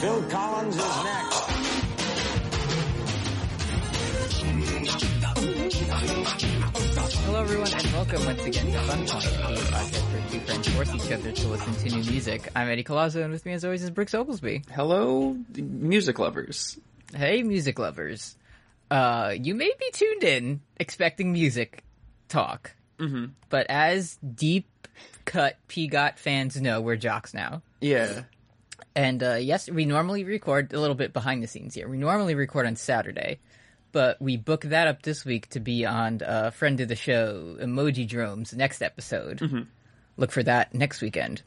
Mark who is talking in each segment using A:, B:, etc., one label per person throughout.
A: Phil Collins is next.
B: Hello, everyone, and welcome once again to Fun Point, the podcast where two friends force each other to listen to new music. I'm Eddie Colazzo, and with me, as always, is Brooks Oglesby.
C: Hello, music lovers.
B: Hey, music lovers. Uh, you may be tuned in expecting music talk, mm-hmm. but as deep cut PGOT fans know, we're jocks now.
C: Yeah.
B: And uh, yes, we normally record a little bit behind the scenes here. We normally record on Saturday, but we book that up this week to be on uh, friend of the show Emoji Drome's next episode. Look for that next weekend,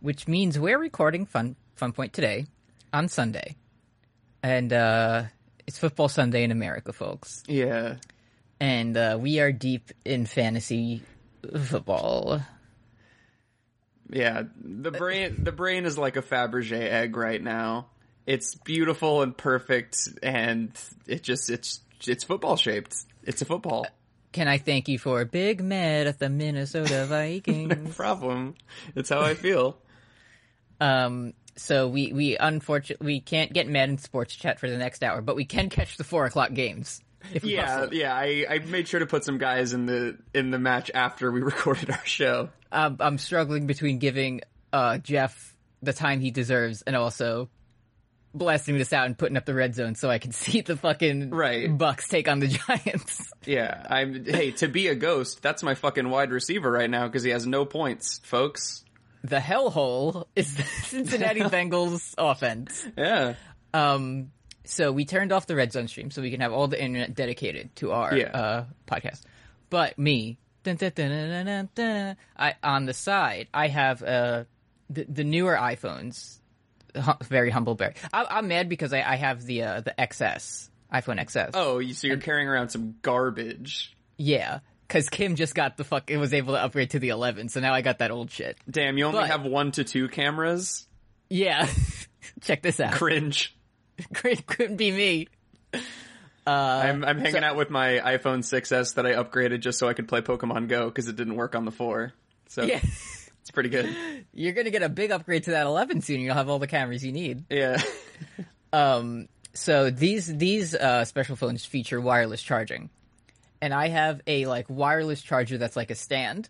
B: which means we're recording Fun Fun Point today on Sunday, and uh, it's football Sunday in America, folks.
C: Yeah.
B: And uh, we are deep in fantasy football.
C: Yeah. The brain the brain is like a Fabergé egg right now. It's beautiful and perfect and it just it's it's football shaped. It's a football.
B: Can I thank you for Big Med at the Minnesota Vikings?
C: Problem. It's how I feel.
B: Um, so we we unfortunately we can't get mad in sports chat for the next hour, but we can catch the four o'clock games. If we
C: yeah,
B: hustle.
C: yeah. I, I made sure to put some guys in the in the match after we recorded our show.
B: I'm, Um, I'm struggling between giving uh, Jeff the time he deserves and also blasting this out and putting up the red zone so I can see the fucking
C: Right.
B: Bucks take on the Giants.
C: Yeah. I'm hey, to be a ghost, that's my fucking wide receiver right now because he has no points, folks.
B: The hellhole is the Cincinnati Bengals offense.
C: Yeah.
B: Um, so we turned off the red zone stream so we can have all the internet dedicated to our
C: Yeah.
B: uh, podcast. But me, dun, dun, dun, dun, dun, dun, dun, I on the side, I have uh, the, the newer iPhones. Hum- very humble bear. I, I'm mad because I, I have the uh, the XS iPhone XS.
C: Oh, you- so you're carrying around some garbage.
B: yeah, because Kim just got the fuck. It was able to upgrade to the 11, so now I got that old shit.
C: Damn, you only
B: But-
C: have one to two cameras?
B: Yeah, check this out.
C: Cringe.
B: Great, couldn't be me.
C: I'm, I'm hanging out with my iPhone 6S that I upgraded just so I could play Pokemon Go because it didn't work on the 4. So
B: Yeah.
C: it's pretty good.
B: You're gonna get a big upgrade to that 11 soon. You'll have all the cameras you need.
C: Yeah.
B: Um, so these these uh, special phones feature wireless charging, and I have a like wireless charger that's like a stand.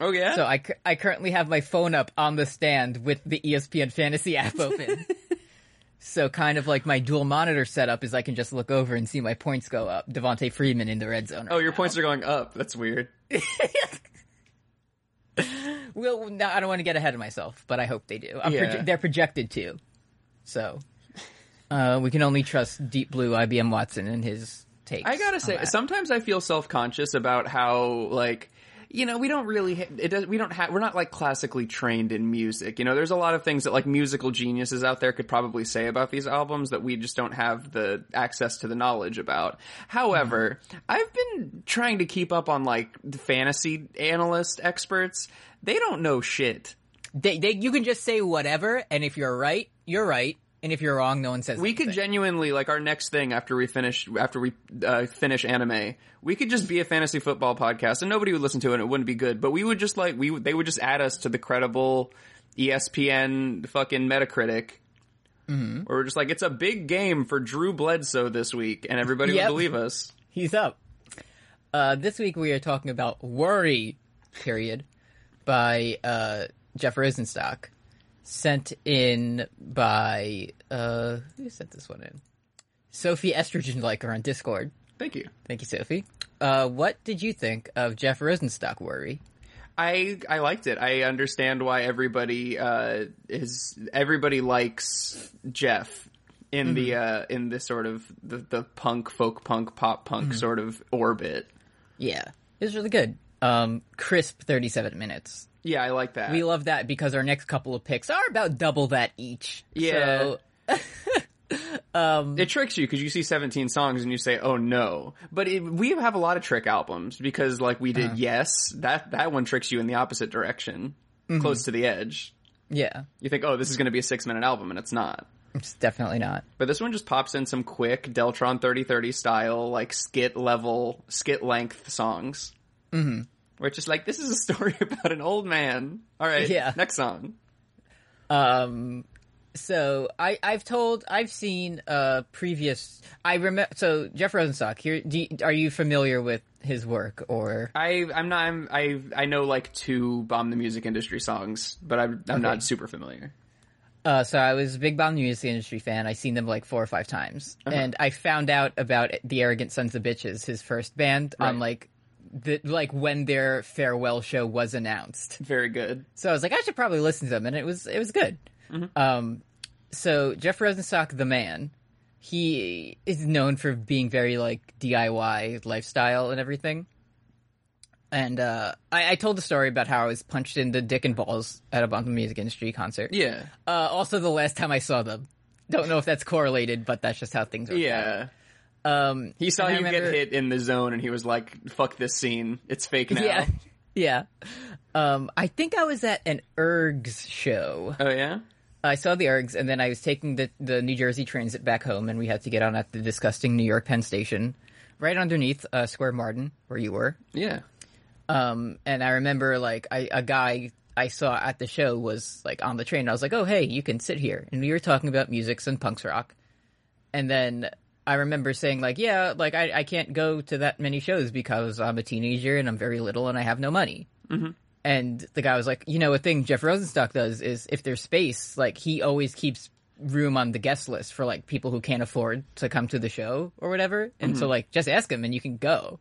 C: Oh yeah.
B: So I, cu- I currently have my phone up on the stand with the E ESPN Fantasy app open. so kind of like my dual monitor setup is I can just look over and see my points go up. Devontae Freeman in the red zone.
C: oh, your points are going up. That's weird.
B: Well, no, I don't want to get ahead of myself, but I hope they do. I'm
C: Yeah.
B: proje- they're projected to, so uh, we can only trust Deep Blue IBM Watson and his takes.
C: I gotta
B: on
C: say,
B: that.
C: sometimes I feel self conscious about how like. You know, we don't really, ha- it does, we don't have, we're not like classically trained in music. You know, there's a lot of things that like musical geniuses out there could probably say about these albums that we just don't have the access to the knowledge about. However,
B: Mm-hmm.
C: I've been trying to keep up on like fantasy analyst experts. They don't know shit.
B: they, they, you can just say whatever, and if you're right, you're right, and if you're wrong, no one says.
C: We could
B: anything.
C: genuinely like our next thing after we finish after we uh, finish anime. We could just be a fantasy football podcast, and nobody would listen to it. and It wouldn't be good, but we would just like we would- they would just add us to the credible E ESPN fucking Metacritic. Mm-hmm. Or we're just like it's a big game for Drew Bledsoe this week, and everybody
B: Yep.
C: would believe us.
B: He's up. Uh, this week we are talking about "Worry," period, by uh, Jeff Rosenstock, sent in by uh, who sent this one in? Sophie Estrogen Liker on Discord.
C: Thank you.
B: Thank you, Sophie. Uh, what did you think of Jeff Rosenstock worry?
C: I I liked it. I understand why everybody uh, is everybody likes Jeff in the uh, in this sort of the, the punk folk punk pop punk sort of orbit.
B: Yeah, it was really good. Um, crisp 37 minutes.
C: Yeah, I like that.
B: We love that because our next couple of picks are about double that each.
C: Yeah.
B: So,
C: it tricks you because you see 17 songs and you say, "Oh no!" But it, we have a lot of trick albums because, like, we did "Yes." That that one tricks you in the opposite direction, close to the edge.
B: yeah,
C: You think, "Oh, this is going to be a six minute album," and it's not.
B: it's definitely not.
C: But this one just pops in some quick
B: Mm-hmm.
C: Deltron 3030 style, like skit level, skit length songs. We're just like, this is a story about an old man. All right,
B: Yeah.
C: Next song.
B: Um, so I I've told I've seen uh previous I remember so Jeff Rosenstock here. Do you, are you familiar with his work or
C: I I'm not I'm, I I know like two bomb the music industry songs, but I'm I'm not super familiar.
B: Uh, so I was a big Bomb the Music Industry fan. I seen them like four or five times,
C: Uh-huh.
B: and I found out about the Arrogant Sons of Bitches, his first band, on
C: Right.
B: like the like when their farewell show was announced.
C: Very good.
B: So I was like, I should probably listen to them, and it was it was good.
C: Mm-hmm.
B: Um, so Jeff Rosenstock, the man, he is known for being very like DIY lifestyle and everything. And uh, I, I told the story about how I was punched in the dick and balls at a Bomb the Music Industry concert.
C: Yeah.
B: Uh, also, the last time I saw them. Don't know if that's correlated, but that's just how things are.
C: Yeah.
B: Um,
C: He saw
B: and I
C: you
B: remember-
C: get hit in the zone, and he was like, "Fuck this scene. It's fake now."
B: Yeah. Yeah. Um, I think I was at an ERGS show.
C: Oh yeah.
B: I saw the ERGS, and then I was taking the, the New Jersey transit back home, and we had to get on at the disgusting New York Penn Station, right underneath uh, Square Martin, where you were.
C: Yeah.
B: Um, and I remember like I, a guy I saw at the show was like on the train. and I was like, "Oh, hey, you can sit here." And we were talking about musics and punk's rock. And then I remember saying like, "Yeah, like I, I can't go to that many shows because I'm a teenager and I'm very little and I have no money." Mm-hmm. And the guy was like, "You know, a thing Jeff Rosenstock does is if there's space, like he always keeps." room on the guest list for like people who can't afford to come to the show or whatever and so like just ask him and you can go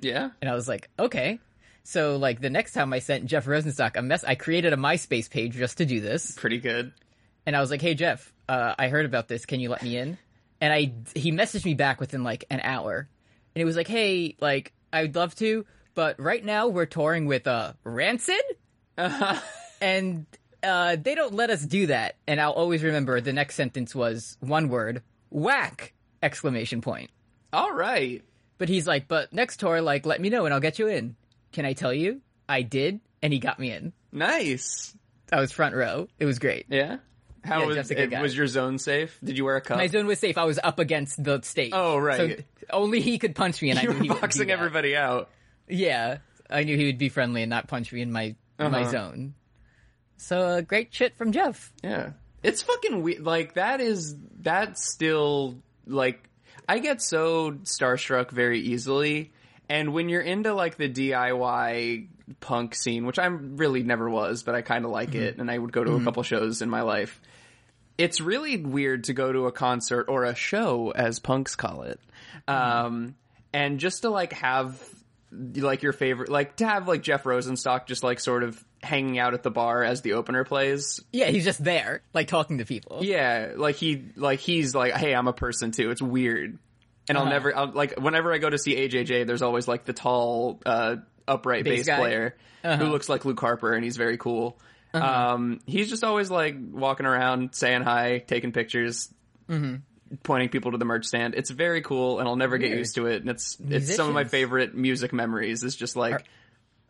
C: Yeah.
B: and I was like, okay. So like the next time I sent Jeff Rosenstock a mess, I created a MySpace page just to do this,
C: Pretty good.
B: and I was like, hey Jeff, uh, I heard about this. Can you let me in? And I he messaged me back within like an hour, and it was like, hey, like I'd love to, but right now we're touring with uh Rancid, and uh, they don't let us do that. And I'll always remember the next sentence was one word: whack! Exclamation point.
C: All right.
B: But he's like, but next tour, like, let me know and I'll get you in. Can I tell you? I did, and he got me in.
C: Nice.
B: I was front row. It was great.
C: Yeah. How
B: Yeah,
C: was
B: Jeff's a good
C: it-
B: guy.
C: was your zone safe? Did you wear a cup?
B: My zone was safe. I was up against the stage.
C: Oh, right.
B: So only he could punch me, and
C: you
B: I knew
C: were
B: he would
C: boxing everybody out.
B: Yeah, I knew he would be friendly and not punch me in my my
C: Uh-huh.
B: zone. So uh, great shit from Jeff.
C: Yeah. It's fucking weird. Like, that is, that's still, like, I get so starstruck very easily. And when you're into, like, the DIY punk scene, which I really never was, but I kind of like it, and I would go to a couple shows in my life. It's really weird to go to a concert or a show, as punks call it, um, and just to, like, have like your favorite like to have like jeff rosenstock just like sort of hanging out at the bar as the opener plays
B: Yeah, he's just there, like talking to people.
C: yeah, like he, like he's like, hey, I'm a person too. It's weird, and
B: Uh-huh.
C: I'll never, I'll, like, whenever I go to see AJJ, there's always like the tall, uh, upright bass,
B: Bass guy? Uh-huh.
C: player who looks like Luke Harper, and he's very cool. Um, he's just always like walking around, saying hi, taking pictures,
B: Mm-hmm.
C: pointing people to the merch stand. It's very cool, and I'll never get
B: Weird.
C: used to it. And it's, it's some of my
B: Musicians.
C: favorite music memories. Is just like.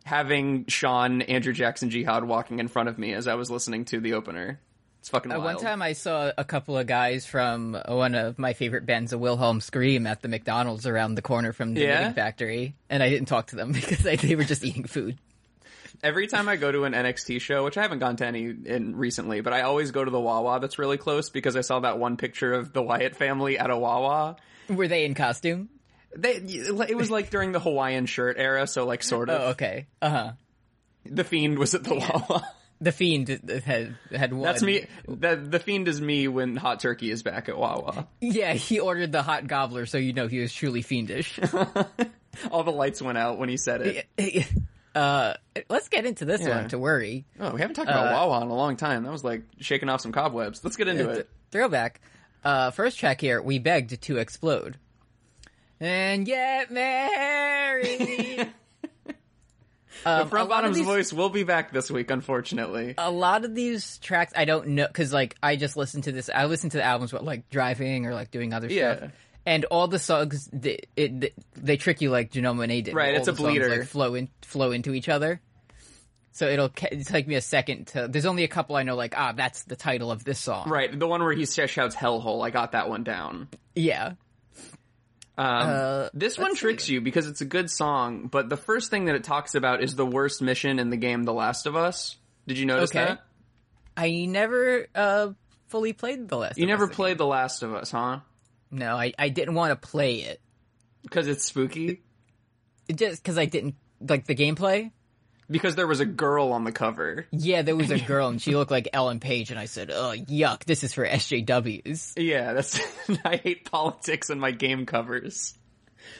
C: Having Sean, Andrew Jackson, Jihad walking in front of me as I was listening to the opener. It's fucking
B: Uh,
C: wild.
B: One time I saw a couple of guys from one of my favorite bands, the Wilhelm Scream, at the McDonald's around the corner from the
C: Yeah?
B: knitting factory, and I didn't talk to them because I, they were just eating food.
C: Every time I go to an NXT show, which I haven't gone to any in recently, but I always go to the Wawa that's really close because I saw that one picture of the Wyatt family at a Wawa.
B: Were they in costume?
C: They, it was like during the Hawaiian shirt era, so like sort of.
B: Oh, okay. Uh huh.
C: The Fiend was at the Wawa.
B: The Fiend had had one.
C: That's me. The, the Fiend is me when Hot Turkey is back at Wawa.
B: Yeah, he ordered the hot gobbler, so you know he was truly fiendish.
C: All the lights went out when he said it.
B: uh, let's get into this
C: Yeah.
B: one. To worry,
C: Oh, we haven't talked about
B: Uh,
C: Wawa in a long time. That was like shaking off some cobwebs. Let's get into it.
B: throwback. Uh, first track here. We begged to explode. And get married.
C: The
B: Um, a lot of
C: front bottom's
B: these- Uh,
C: voice will be back this week, unfortunately.
B: a lot of these tracks I don't know because like I just listen to this. I listen to the albums while like driving or like doing other
C: Yeah.
B: stuff. And all the songs they, it, they, they trick you like Genome and A did.
C: Right,
B: All
C: it's
B: the
C: a
B: songs,
C: bleeder.
B: like, flow in, flow into each other. So it'll ca- it'll take me a second to. There's only a couple I know. Like ah, that's the title of this song.
C: Right, the one where he shouts "hellhole." I got that one down.
B: Yeah.
C: Um,
B: Uh,
C: this one tricks you because it's a good song, but the first thing that it talks about is the worst mission in the game, The Last of Us. Did you notice
B: Okay.
C: that?
B: I never uh, fully played the last.
C: You
B: of
C: never
B: Us.
C: played The Last of Us, huh?
B: No, I, I didn't want to play it.
C: Because it's spooky.
B: it just because I didn't like the gameplay.
C: Because there was a girl on the cover.
B: Yeah, there was a girl and she looked like Ellen Page, and I said, "Oh, yuck! This is for SJWs."
C: Yeah, that's. I hate politics in my game covers.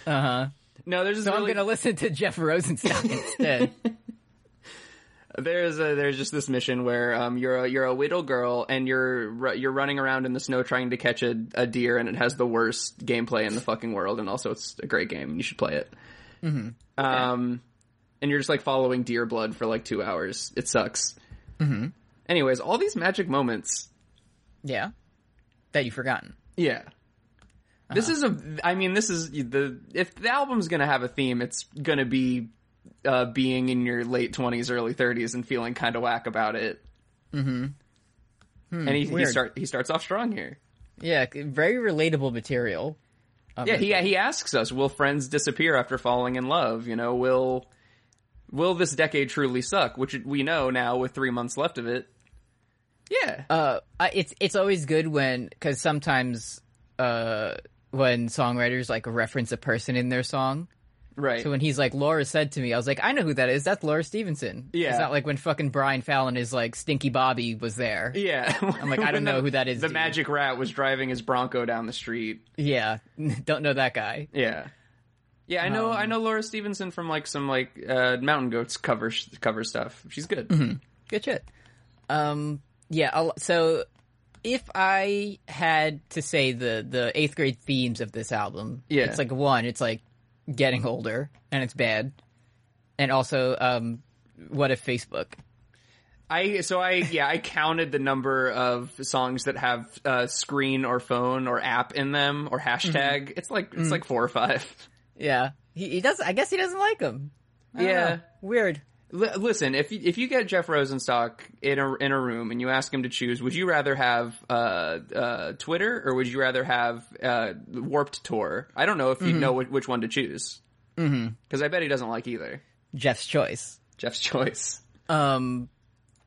B: Uh huh.
C: No, there's just
B: So
C: really-
B: I'm gonna listen to Jeff Rosenstock instead.
C: There's a, there's just this mission where um you're a, you're a widow girl and you're ru- you're running around in the snow trying to catch a, a deer and it has the worst gameplay in the fucking world and also it's a great game and you should play it. Mm-hmm. Um, and you're just like following deer blood for like two hours. It sucks. Mm-hmm. Anyways, all these magic moments.
B: yeah, that you've forgotten.
C: Yeah. This is
B: Uh-huh.
C: a. I mean, this is the. If the album's gonna have a theme, it's gonna be uh, being in your late twenties, early thirties, and feeling kind of whack about it. Mm-hmm. and he, he
B: Hmm, weird.
C: start he starts off strong here.
B: Yeah, c- very relatable material. Um,
C: Yeah, he he asks us, "Will friends disappear after falling in love? You know, will will this decade truly suck?" Which we know now with three months left of it. Yeah,
B: uh, I- it's it's always good when because sometimes uh when songwriters like reference a person in their song.
C: right.
B: So when he's like, Laura said to me, I was like, I know who that is. That's Laura Stevenson.
C: Yeah.
B: It's not like when fucking Brian Fallon is like, Stinky Bobby was there.
C: yeah, I'm
B: like, I don't know who that is,
C: The
B: dude.
C: magic rat was driving his Bronco down the street.
B: Yeah. Don't know that guy.
C: Yeah. Yeah, I know. I know Laura Stevenson from like some like uh, Mountain Goats cover sh- cover stuff. She's good.
B: Good shit. Um, yeah. I'll, so if I had to say the, the eighth grade themes of this album,
C: Yeah.
B: it's like one, it's like getting older and it's bad. And also, um, what if Facebook?
C: I so I yeah I counted the number of songs that have uh, screen or phone or app in them or hashtag. It's like it's like four or five.
B: Yeah. He, he does, I guess he doesn't like him. I don't
C: Yeah.
B: know. Weird.
C: L- listen, if you, if you get Jeff Rosenstock in a in a room and you ask him to choose, would you rather have uh, uh, Twitter or would you rather have uh, Warped Tour? I don't know if you know wh- which one to choose because mm I bet he doesn't like either.
B: Jeff's choice.
C: Jeff's choice.
B: um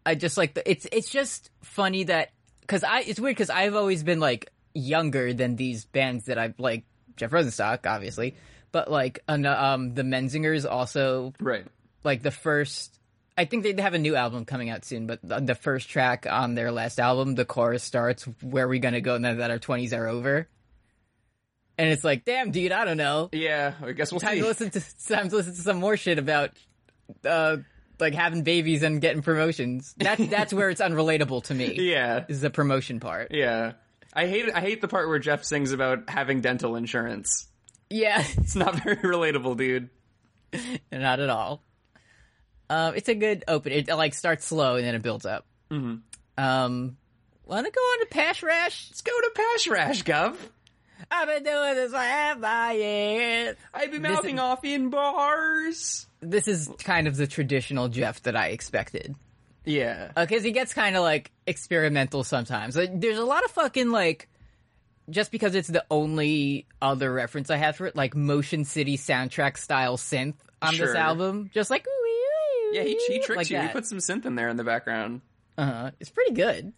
B: i just like the, it's it's just funny that because i it's weird because i've always been like younger than these bands that i've like jeff rosenstock obviously but like an, um the menzingers also
C: Right.
B: like the first i think they have a new album coming out soon but the, the first track on their last album the chorus starts where we gonna go now that our 20s are over and it's like damn dude i don't know
C: Yeah, I guess we'll
B: time
C: see.
B: to listen to time to listen to some more shit about uh like having babies and getting promotions. That's that's where it's unrelatable to me.
C: Yeah,
B: Is the promotion part.
C: yeah. I hate I hate the part where Jeff sings about having dental insurance.
B: Yeah.
C: It's not very relatable, dude.
B: Not at all. Um it's a good open it like starts slow and then it builds up. Mm-hmm. Um wanna go on to Pash Rash?
C: Let's go to Pash Rash, Gov.
B: I've been doing this for half my years.
C: I've been
B: This-
C: mouthing off in bars.
B: This is kind of the traditional Jeff that I expected.
C: Yeah,
B: because he gets kind of like experimental sometimes. Like, there's a lot of fucking like, just because it's the only other reference I have for it, like Motion City soundtrack style synth on
C: Sure.
B: this album, just like "Ooh,
C: yeah. He, he tricked
B: like
C: you. He
B: that.
C: put some synth in there in the background.
B: uh-huh. It's pretty good.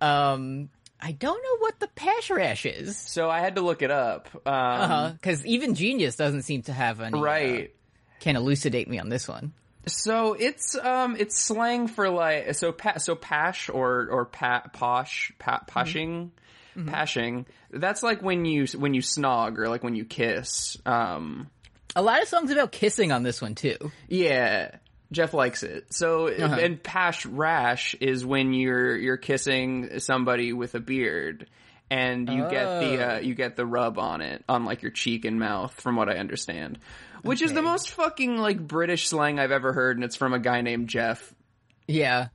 B: Um, I don't know what the Pash Rash is,
C: So I had to look it up. Um,
B: uh because even Genius doesn't seem to have any. uh,
C: Right.
B: can elucidate me on this one.
C: So it's um it's slang for like so pa- so pash or or pa- posh pa- poshing pashing. That's like when you when you snog or like when you kiss. Um,
B: A lot of songs about kissing on this one too.
C: Yeah, Jeff likes it. So and pash rash is when you're you're kissing somebody with a beard, and you get the uh, you get the rub on it on like your cheek and mouth, from what I understand, which is the most fucking like British slang I've ever heard, and it's from a guy named Jeff.
B: Yeah.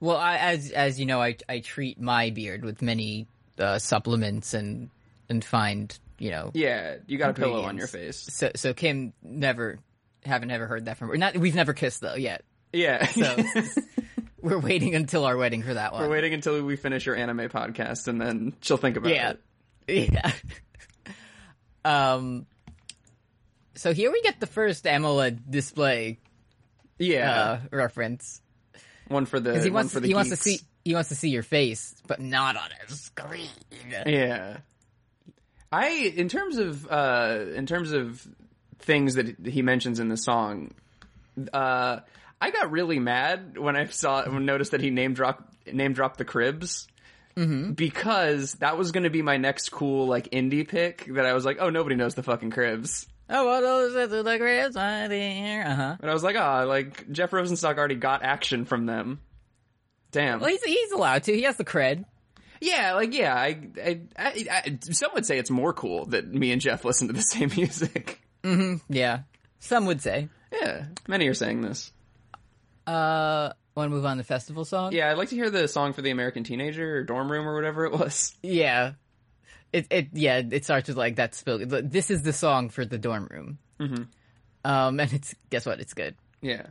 B: Well, I, as as you know, I I treat my beard with many uh, supplements and and find you know.
C: Yeah, you got a pillow on your face.
B: So so Kim never haven't ever heard that from her. Not we've never kissed though yet.
C: Yeah,
B: So we're waiting until our wedding for that one.
C: we're waiting until we finish your anime podcast, and then she'll think about
B: yeah.
C: it.
B: Yeah. Um, so here we get the first AMOLED display
C: Yeah,
B: uh, reference.
C: one for the
B: He
C: one
B: wants
C: for the
B: he wants to see
C: geeks.
B: he wants to see your face, but not on a screen.
C: Yeah, I in terms of uh in terms of things that he mentions in the song, uh, I got really mad when I saw when I noticed that he name drop name dropped the cribs.
B: Mm-hmm.
C: Because that was going to be my next cool like indie pick that I was like, oh, nobody knows the fucking cribs.
B: Oh, well, those are the grapes right there. Uh huh.
C: And I was like, ah, like Jeff Rosenstock already got action from them. Damn.
B: Well, he's he's allowed to. He has the cred.
C: yeah, like yeah. I, I, I, I, some would say it's more cool that me and Jeff listen to the same music.
B: Yeah, some would say.
C: Yeah, many are saying this.
B: Uh, want to move on to festival song?
C: Yeah, I'd like to hear the song for the American Teenager or Dorm Room or whatever it was.
B: yeah. It it yeah. It starts with like that spoken. This is the song for the dorm room. Mm-hmm. Um, and it's guess what? It's good.
C: Yeah,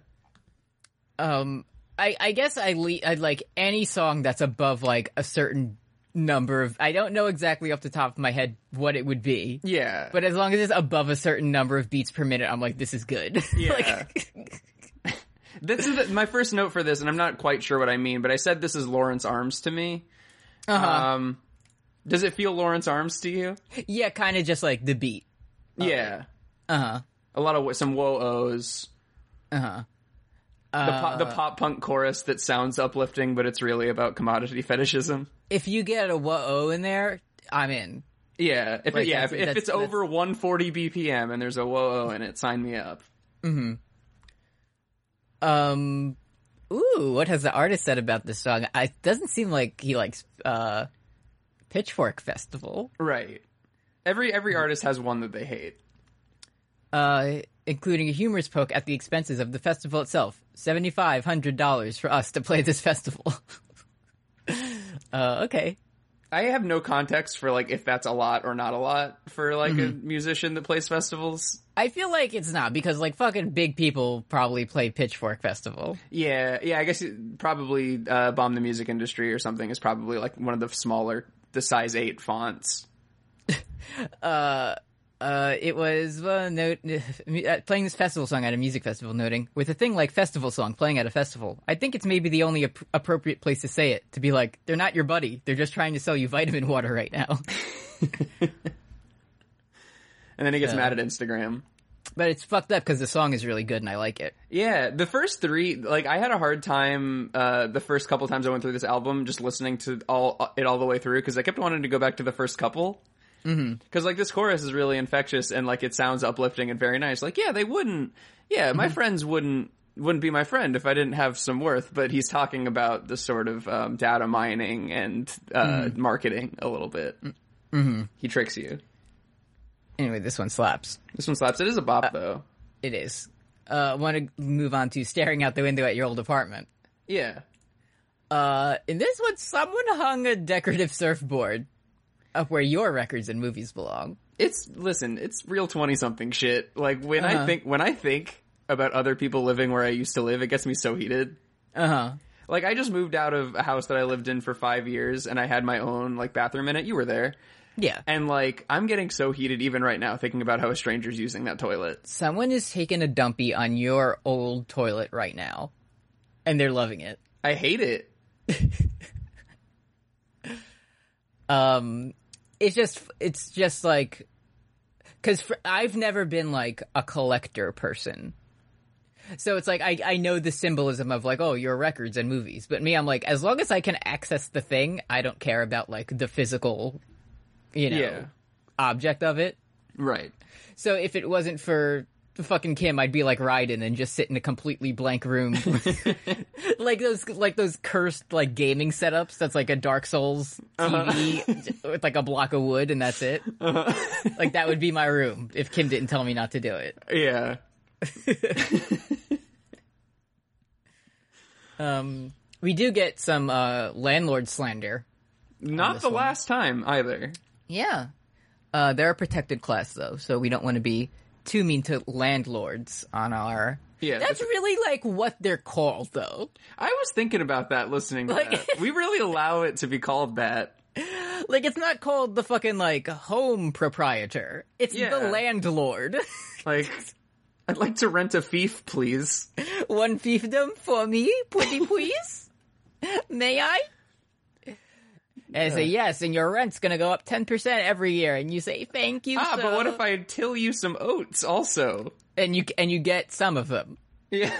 B: um i i guess i le- i like any song that's above like a certain number of i don't know exactly off the top of my head what it would be
C: yeah,
B: but as long as it's above a certain number of beats per minute i'm like this is good
C: yeah.
B: like
C: this is the, my first note for this, and I'm not quite sure what I mean, but I said this is Lawrence Arms to me.
B: uh-huh.
C: Um, does it feel Lawrence Arms to you?
B: yeah kind of just like the beat
C: Yeah,
B: uh-huh
C: a lot of some whoa ohs.
B: uh-huh Uh,
C: The, pop, the pop punk chorus that sounds uplifting, but it's really about commodity fetishism.
B: if you get a whoa in there i'm in
C: Yeah, if
B: Like,
C: it, yeah, if, if
B: that's- that's-
C: it's
B: that's-
C: over 140 BPM and there's a whoa in it, sign me up.
B: um ooh what has the artist said about this song I- it doesn't seem like he likes uh pitchfork festival
C: Right. Every
B: Mm-hmm.
C: every artist has one that they hate.
B: uh, including a humorous poke at the expenses of the festival itself. Seventy-five hundred dollars for us to play this festival. uh, okay.
C: I have no context for like if that's a lot or not a lot for like a
B: Mm-hmm.
C: musician that plays festivals.
B: I feel like it's not because like fucking big people probably play Pitchfork Festival.
C: Yeah, yeah. I guess it, probably uh, bomb the music industry or something is probably like one of the smaller, the size eight fonts.
B: Uh, it was uh, note uh, playing this festival song at a music festival, noting with a thing like festival song playing at a festival. I think it's maybe the only ap- appropriate place to say it to be like they're not your buddy; they're just trying to sell you vitamin water right now.
C: And then he gets mad at Instagram.
B: but it's fucked up because the song is really good and I like it.
C: Yeah, the first three, like I had a hard time uh the first couple times I went through this album just listening to all uh, it all the way through because I kept wanting to go back to the first couple. Because like this chorus is really infectious and like it sounds uplifting and very nice. Like yeah, they wouldn't. Yeah, my friends wouldn't wouldn't be my friend if I didn't have some worth. But he's talking about the sort of um, data mining and uh, marketing a little bit. Mm-hmm. He tricks you.
B: Anyway, this one slaps.
C: This one slaps. It is a bop though.
B: It is. Uh, want to move on to staring out the window at your old apartment.
C: Yeah.
B: Uh, in this one, someone hung a decorative surfboard up where your records and movies belong.
C: it's listen, it's real twenty something shit. Like when
B: Uh-huh.
C: I think when I think about other people living where I used to live, it gets me so heated.
B: Uh huh.
C: Like I just moved out of a house that I lived in for five years, and I had my own like bathroom in it. You were there,
B: Yeah.
C: and like I'm getting so heated even right now thinking about how a stranger's using that toilet.
B: Someone is taking a dumpy on your old toilet right now, and they're loving it.
C: I hate it.
B: um it's just it's just like because i've never been like a collector person so it's like I, I know the symbolism of like oh your records and movies but me i'm like as long as i can access the thing i don't care about like the physical you know
C: Yeah.
B: object of it
C: Right.
B: so if it wasn't for fucking kim i'd be like Raiden and just sit in a completely blank room like those like those cursed like gaming setups that's like a dark souls tv with like a block of wood and that's it like that would be my room if kim didn't tell me not to do it
C: Yeah.
B: um we do get some uh landlord slander
C: Not the last time either.
B: yeah uh they're a protected class though so we don't want to be too mean to landlords on our
C: Yeah,
B: that's
C: the-
B: really like what they're called though
C: I was thinking about that listening to
B: Like-
C: that. We really allow it to be called that.
B: Like it's not called the fucking like home proprietor. It's
C: Yeah.
B: the landlord.
C: Like, I'd like to rent a fief, please.
B: One fiefdom for me, pretty please. May I? And I say yes, and your rent's gonna go up ten percent every year. And you say thank you.
C: Ah, but
B: sir."
C: what if I till you some oats also?
B: and you and you get some of them.
C: Yeah.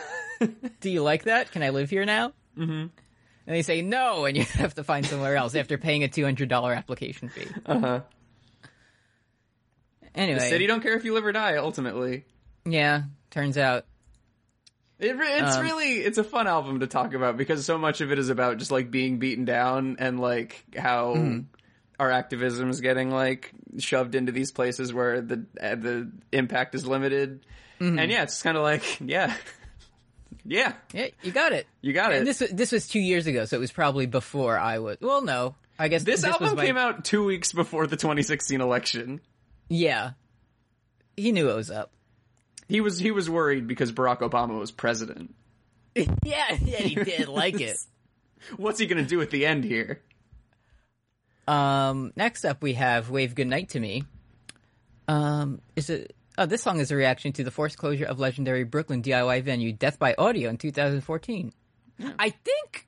B: Do you like that? Can I live here now? Mm-hmm. And they say no, and you have to find somewhere else after paying a two hundred dollar application fee. Uh huh. Anyway,
C: Uh-huh. City don't care if you live or die, ultimately.
B: yeah. Turns out,
C: It, re- it's
B: Um,
C: really it's a fun album to talk about because so much of it is about just like being beaten down and like how
B: Hmm.
C: our activism is getting like shoved into these places where the uh, the impact is limited.
B: Mm-hmm.
C: And yeah, it's kind of like yeah, yeah,
B: yeah, you got it.
C: you got it.
B: And this was- this was two years ago, so it was probably before I was. Well, no, I guess
C: this,
B: was
C: album
B: my-
C: came out two weeks before the 2016 election.
B: Yeah, he knew it was up.
C: He was he was worried because Barack Obama was president.
B: Yeah, yeah, he did like it.
C: What's he going to do at the end here?
B: Um, next up we have "Wave Goodnight to Me." Um, is it? Oh, this song is a reaction to the forced closure of legendary Brooklyn DIY venue Death by Audio in 2014. I think,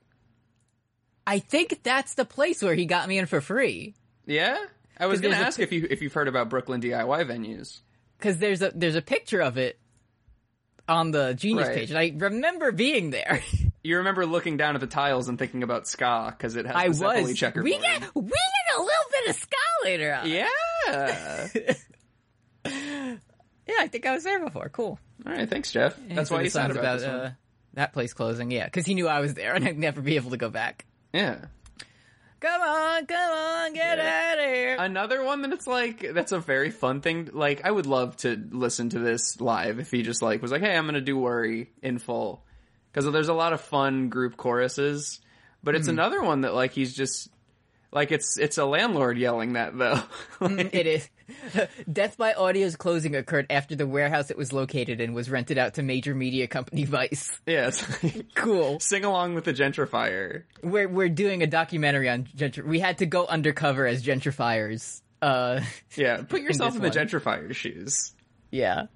B: I think that's the place where he got me in for free.
C: Yeah, I was going to
B: 'Cause there's a
C: ask if you if you've heard about Brooklyn DIY venues.
B: Cause there's a, there's a picture of it on the Genius
C: Right.
B: page and I remember being there.
C: You remember looking down at the tiles and thinking about ska because it has
B: I
C: the Zeppeli
B: was.
C: checkerboard.
B: We get, we get a little bit of ska later on.
C: yeah.
B: yeah, I think I was there before. Cool.
C: All right, thanks, Jeff. That's
B: So
C: why
B: the
C: you
B: song's
C: sound about, this one.
B: uh, that place closing. Yeah, because he knew I was there and I'd never be able to go back.
C: yeah.
B: Come on, come on, get
C: Yeah.
B: out of here.
C: Another one that it's like that's a very fun thing. Like I would love to listen to this live if he just like was like, hey, I'm gonna do worry in full because there's a lot of fun group choruses. But it's another one that like he's just like it's it's a landlord yelling that though. Like,
B: Um, it is. Death by Audio's closing occurred after the warehouse it was located in was rented out to major media company Vice.
C: yeah, it's like,
B: Cool.
C: sing along with the gentrifier.
B: We're we're doing a documentary on gentr. We had to go undercover as gentrifiers. Uh,
C: Yeah, put yourself in,
B: this
C: the
B: one.
C: gentrifier's shoes.
B: yeah.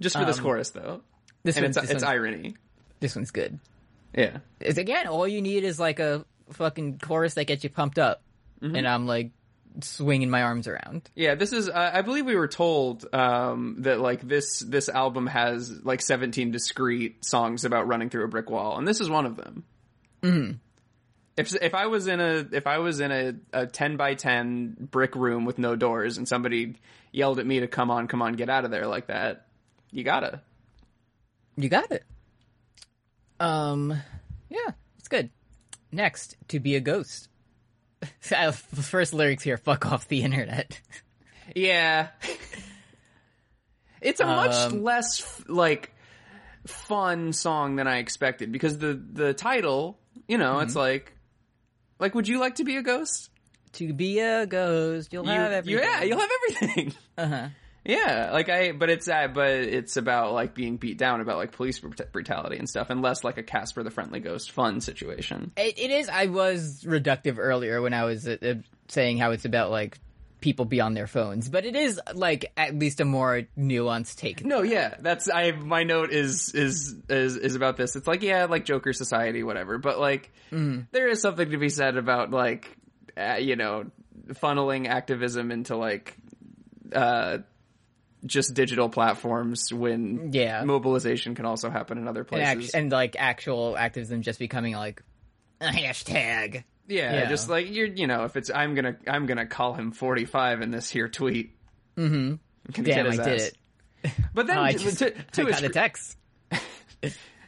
C: Just for this
B: Um,
C: chorus, though.
B: This
C: And
B: one's
C: it's,
B: this,
C: it's
B: one's,
C: irony.
B: this one's good.
C: Yeah.
B: It's again, all you need is like a fucking chorus that gets you pumped up,
C: Mm-hmm.
B: and I'm like swinging my arms around.
C: Yeah, this is, uh, I believe we were told, um, that like this, this album has like 17 discrete songs about running through a brick wall, and this is one of them.
B: Mm-hmm.
C: Mm. If, if I was in a, if I was in a, a 10 by 10 brick room with no doors and somebody yelled at me to come on, come on, get out of there like that, you gotta.
B: You got it. Um, yeah, it's good. Next, to be a ghost. I have the First lyrics here. Fuck off the internet.
C: Yeah. it's a much
B: Um,
C: less f- like fun song than I expected because the the title, you know,
B: Mm-hmm.
C: it's like like would you like to be a ghost?
B: to be a ghost, you'll
C: You-
B: have
C: you-
B: everything.
C: yeah, you'll have everything.
B: Uh-huh.
C: yeah, like I but it's uh, but it's about like being beat down about like police brut- brutality and stuff and less like a Casper the Friendly Ghost fun situation.
B: It, it is. I was reductive earlier when I was uh, uh, saying how it's about like people be on their phones, but it is like at least a more nuanced take.
C: No, yeah, that's I. My note is is is is about this. It's like yeah, like Joker Society, whatever. But like,
B: Mm-hmm.
C: there is something to be said about like, uh, you know, funneling activism into like, uh, just digital platforms when
B: Yeah.
C: mobilization can also happen in other
B: and,
C: places.
B: act- and like actual activism just becoming like a hashtag.
C: yeah,
B: yeah.
C: just like you're, you know, if it's I'm gonna I'm gonna call him 45 in this here tweet. Mm-hmm.
B: Damn, I did it.
C: But then
B: I
C: to-
B: just
C: to,
B: I
C: to his
B: got a text.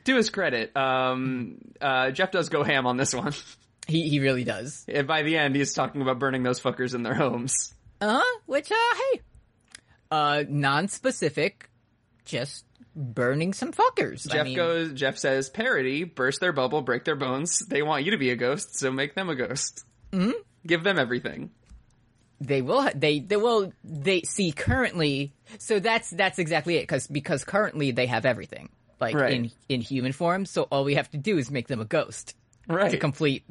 C: to his credit, um, uh, Jeff does go ham on this one.
B: He he really does.
C: and by the end, he's talking about burning those fuckers in their homes.
B: Uh huh. Which uh hey, uh non-specific, just burning some fuckers. I
C: Jeff
B: mean,
C: goes. Jeff says, "Parody, burst their bubble, break their bones. They want you to be a ghost, so make them a ghost. Mm-hmm. Give them everything."
B: They will. ha- They they will. They see currently. So that's that's exactly it. Because because currently they have everything like
C: Right.
B: in in human form. So all we have to do is make them a ghost.
C: Right.
B: complete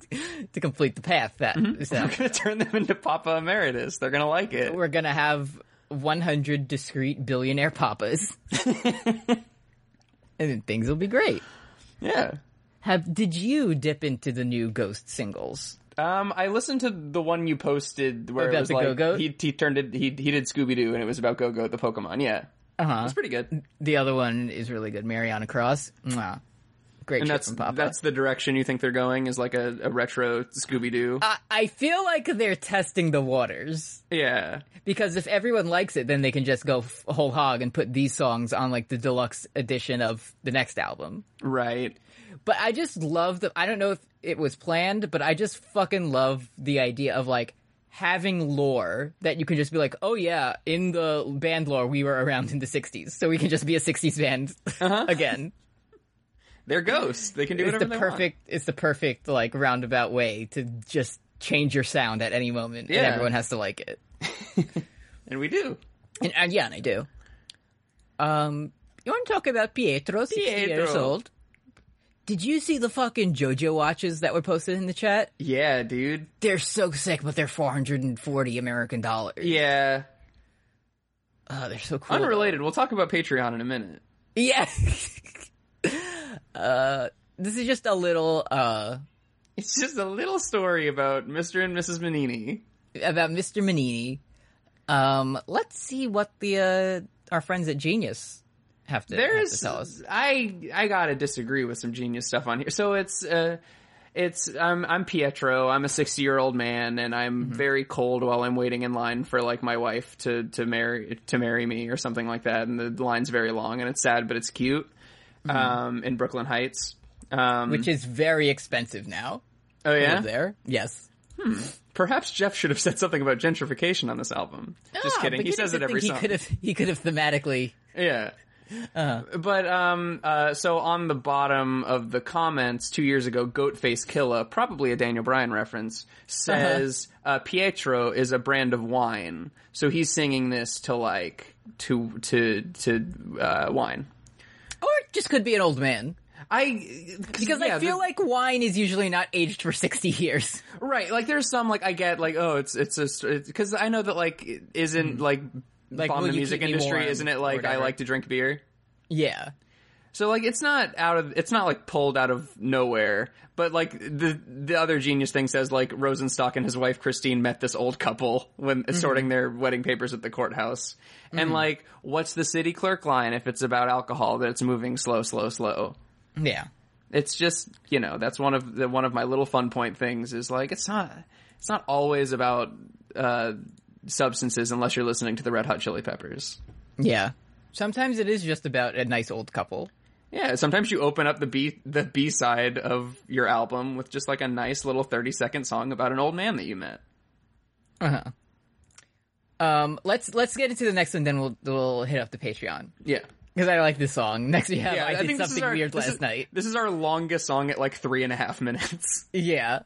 B: to complete the path that is
C: I'm
B: that
C: gonna turn them into Papa Emeritus. They're gonna like it.
B: we're gonna have 100 discrete billionaire papas, and then things will be great.
C: Yeah.
B: Have did you dip into the new Ghost singles?
C: Um, I listened to the one you posted where it
B: About
C: was
B: the
C: like
B: Go-Goat?
C: he he turned it he he did Scooby Doo and it was about Go Go the Pokemon. Yeah,
B: Uh huh.
C: it's pretty good. And
B: The other one is really good, Mariana Cross. Mwah. Great shit
C: that's
B: from Papa.
C: that's the direction you think they're going is like a, a retro Scooby Doo.
B: I, I feel like they're testing the waters.
C: yeah,
B: Because if everyone likes it, then they can just go f- whole hog and put these songs on like the deluxe edition of the next album.
C: right.
B: But I just love the, I don't know if it was planned, but I just fucking love the idea of like having lore that you can just be like, oh yeah, in the band lore, we were around in the 60s. So we can just be a 60s band again.
C: They're ghosts. They can Uh-huh. do
B: It's
C: whatever
B: the
C: they want.
B: perfect, it's the perfect like roundabout way to just change your sound at any moment and
C: Yeah.
B: everyone has to like it.
C: and we do.
B: And, and yeah, and I do. Um, you want to talk about Pietro, 60 years
C: Pietro.
B: old? Did you see the fucking JoJo watches that were posted in the chat?
C: Yeah, dude.
B: They're so sick, but they're 440 American dollars.
C: Yeah.
B: Oh, they're so cool.
C: Unrelated. We'll talk about Patreon in a minute.
B: Yeah. uh, this is just a little, uh,
C: It's just a little story about Mr. and Mrs. Manini.
B: about Mr. Manini. Um, let's see what the, uh, our friends at Genius have to, have to
C: There's
B: tell us.
C: I I gotta disagree with some genius stuff on here. So it's uh it's I'm I'm Pietro. I'm a 60 year old man, and I'm
B: Mm-hmm.
C: very cold while I'm waiting in line for like my wife to to marry to marry me or something like that. And the line's very long, and it's sad, but it's cute.
B: Mm-hmm.
C: Um, in Brooklyn Heights. Um,
B: Which is very expensive now.
C: oh yeah,
B: Over there. Yes.
C: Perhaps Jeff should have said something about gentrification on this album. Just
B: Ah,
C: kidding.
B: but
C: He
B: you
C: says it
B: didn't
C: every
B: think
C: song.
B: He could have. He could have thematically.
C: Yeah.
B: Uh-huh.
C: But um uh so on the bottom of the comments 2 years ago Goatface Killa probably a Daniel Bryan reference
B: Uh-huh.
C: says uh Pietro is a brand of wine. So he's singing this to like to to to uh wine.
B: Or it just could be an old man
C: I
B: because I feel like wine is usually not aged for sixty years.
C: right like there's some like I get like oh it's it's a cuz I know that like it isn't like
B: Mm-hmm. Like,
C: bomb
B: will
C: the
B: you
C: music
B: keep me
C: industry
B: warm
C: isn't it
B: or
C: like I
B: whatever.
C: like to drink beer?
B: Yeah,
C: So like it's not out of it's not like pulled out of nowhere, but like the the other genius thing says like Rosenstock and his wife Christine met this old couple when sorting their wedding papers at the courthouse. And like what's the city clerk line if it's about alcohol that it's moving slow slow slow.
B: yeah.
C: It's just, you know, that's one of the one of my little fun point things is like it's not it's not always about uh substances unless you're listening to the Red Hot Chili Peppers.
B: Yeah. Sometimes it is just about a nice old couple.
C: Yeah, sometimes you open up the B the B side of your album with just like a nice little thirty second song about an old man that you met.
B: Uh huh. Um, let's let's get into the next one, then we'll we'll hit up the Patreon
C: Yeah,
B: because I like this song. Next we have
C: yeah.
B: I, did
C: this is
B: something
C: our-
B: weird
C: this
B: last
C: is-
B: night.
C: This is our longest song at like three and a half minutes.
B: Yeah.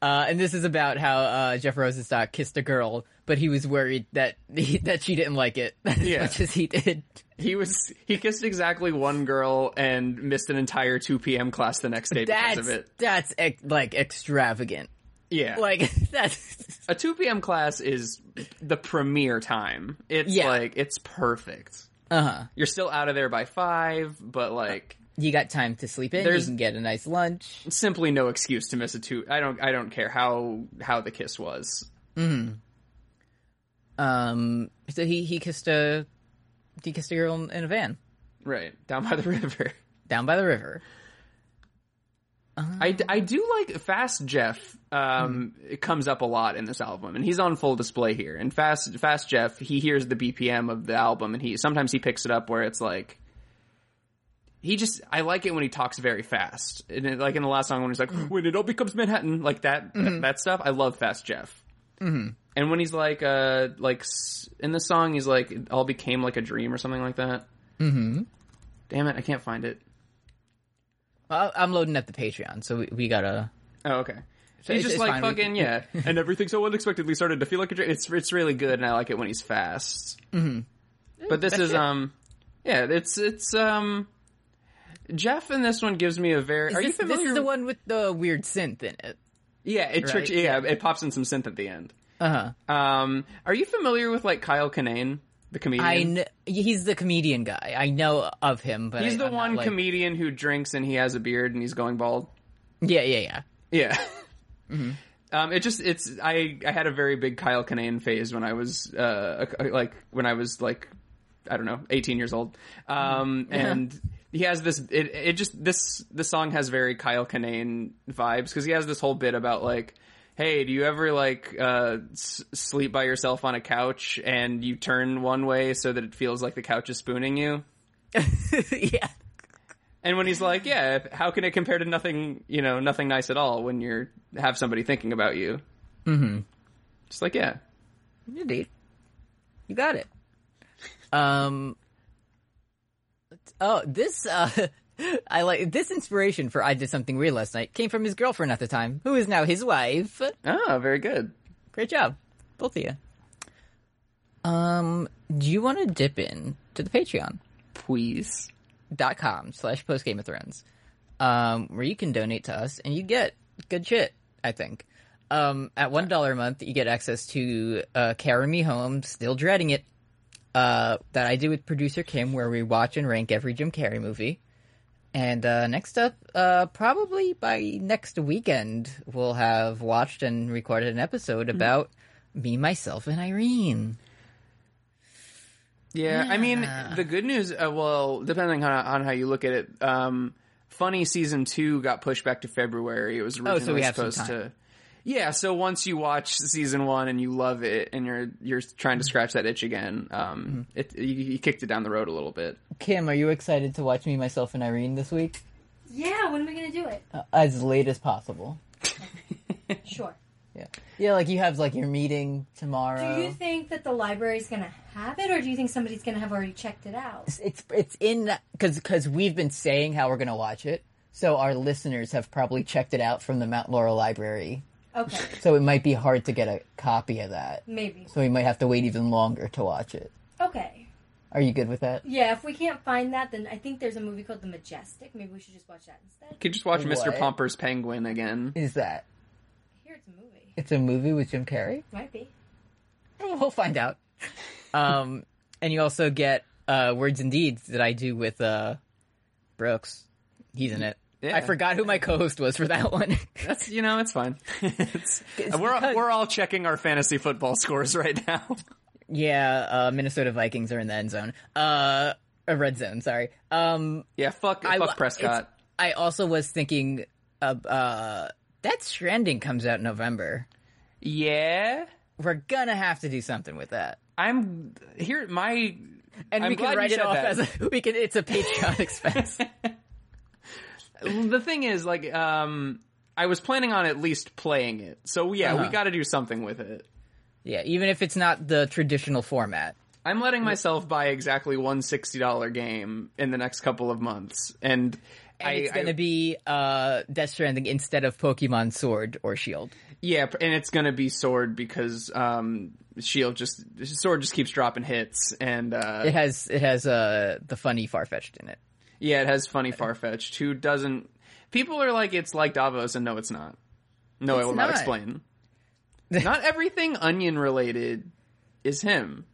B: Uh, and this is about how uh, Jeff Rosenstock kissed a girl, but he was worried that he, that she didn't like it as
C: Yeah.
B: much as he did.
C: He was he kissed exactly one girl and missed an entire two p.m. class the next day because
B: That's
C: of it.
B: that's ex- like extravagant.
C: Yeah,
B: Like that's
C: a two p.m. class is the premier time. It's
B: Yeah.
C: like it's perfect.
B: uh huh.
C: You're still out of there by five, but like
B: You got time to sleep in.
C: There's-
B: you can get a nice lunch.
C: simply no excuse to miss a two. I don't. I don't care how how the kiss was.
B: Um. So he he kissed a he kissed a girl in, in a van
C: Right down by the river.
B: down by the river.
C: I, I do like Fast Jeff. Um, it comes up a lot in this album, and he's on full display here. And Fast Fast Jeff, he hears the BPM of the album, and he sometimes he picks it up where it's like. He just, I like it when he talks very fast. And it- like in the last song when he's like, when it all becomes Manhattan, like that, that, that stuff. I love Fast Jeff. Mm-hmm. And when he's like, uh, like s- in the song, he's like, it all became like a dream or something like that. Mm-hmm. Damn it, I can't find it.
B: Well, I'm loading up the Patreon, so we, we gotta.
C: Oh, okay. he's
B: it's-
C: just
B: it's
C: like
B: fine. We-
C: fucking yeah, and everything so unexpectedly started to feel like a dream. It's it's really good, and I like it when he's fast. Mm-hmm. But this is um, yeah, it's it's um, Jeff in this one gives me a very.
B: Is
C: are
B: this,
C: you familiar?
B: This is the one with the weird synth in it.
C: Yeah, it tricks.
B: Right,
C: Yeah, it pops in some synth at the end.
B: Uh huh.
C: Um, are you familiar with like Kyle Kinane, the comedian?
B: I kn- he's the comedian guy. I know of him, but
C: He's
B: I-
C: the
B: I'm not,
C: one
B: like-
C: comedian who drinks and he has a beard and he's going bald.
B: Yeah, yeah, yeah.
C: Yeah. Um, it just it's I I had a very big Kyle Kinane phase when I was uh a- like when I was like I don't know 18 years old. Um and he has this it it just this this song has very Kyle Kinane vibes cuz he has this whole bit about like hey, do you ever like uh s- sleep by yourself on a couch and you turn one way so that it feels like the couch is spooning you?
B: yeah.
C: And when he's like, "Yeah, if- how can it compare to nothing? You know, nothing nice at all when you're have somebody thinking about you." Mm-hmm. Just like, yeah,
B: Yeah, dude. You got it. Um. let's- Oh, this. uh I like this inspiration for I did something weird last night came from his girlfriend at the time, who is now his wife.
C: oh, very good.
B: Great job, both of you. Um, do you want to dip in to the Patreon?
C: Please,
B: dot com slash post Game of Thrones, um, where you can donate to us and you get good shit. I think um, at one dollar a month you get access to uh, Carry Me Home, still dreading it. Uh, that I do with producer Kim, where we watch and rank every Jim Carrey movie. And uh, next up, uh, probably by next weekend, we'll have watched and recorded an episode about me, myself, and Irene.
C: yeah. I mean, the good news. Uh, well, depending on, on how you look at it, um, funny season two got pushed back to February. It was originally
B: Oh, so we have some
C: supposed
B: time.
C: to. Yeah, so once you watch season one and you love it, and you're you're trying
B: Mm-hmm.
C: to scratch that itch again, um, it you, you kicked it down the road a little bit.
B: Kim, are you excited to watch me, myself, and Irene this week?
D: Yeah, when are we gonna do it?
B: Uh, as late as possible.
D: Sure.
B: Yeah. Yeah, like you have like your meeting tomorrow.
D: Do you think that the library's gonna have it, or do you think somebody's gonna have already checked it out?
B: it's it's in cuz cuz we've been saying how we're going to watch it. So our listeners have probably checked it out from the Mount Laurel library.
D: Okay,
B: So it might be hard to get a copy of that.
D: maybe.
B: So we might have to wait even longer to watch it.
D: Okay.
B: Are you good with that?
D: Yeah, if we can't find that, then I think there's a movie called The Majestic. Maybe we should just watch that instead.
C: You could just watch Mr.
B: What?
C: Pomper's Penguin again.
B: Is that
D: Here it's a movie.
B: it's a movie with Jim Carrey?
D: Might be.
B: We'll find out. Um, and you also get uh, words and deeds that I do with uh, Brooks. He's in it.
C: Yeah.
B: I forgot who my co-host was for that one.
C: That's you know, it's fine. It's- we're
B: because-
C: we're all checking our fantasy football scores right now.
B: Yeah, uh, Minnesota Vikings are in the end zone. Uh, a red zone, sorry. Um,
C: yeah, fuck,
B: I,
C: fuck Prescott.
B: it's- I also was thinking, of, uh, that Stranding comes out in November.
C: Yeah,
B: We're gonna have to do something with that.
C: I'm here. My
B: And
C: I'm
B: we
C: glad
B: can
C: you
B: write it
C: said
B: off
C: that.
B: as a, we can, it's a Patreon expense.
C: the thing is like um. I was planning on at least playing it, so yeah, we
B: Uh-huh.
C: got to do something with it.
B: yeah, even if it's not the traditional format.
C: I'm letting myself buy exactly one sixty dollar game in the next couple of months, and, I,
B: And it's
C: I-
B: gonna be, uh, Death Stranding instead of Pokemon Sword or Shield.
C: Yeah, and it's gonna be sword because um, shield just sword just keeps dropping hits, and uh,
B: It has, it has, uh, the funny Farfetch'd in it.
C: Yeah, it has funny far fetched. Who doesn't? People are like, it's like Davos, and no, it's not. No, I will not,
B: not.
C: explain. not everything onion related is him.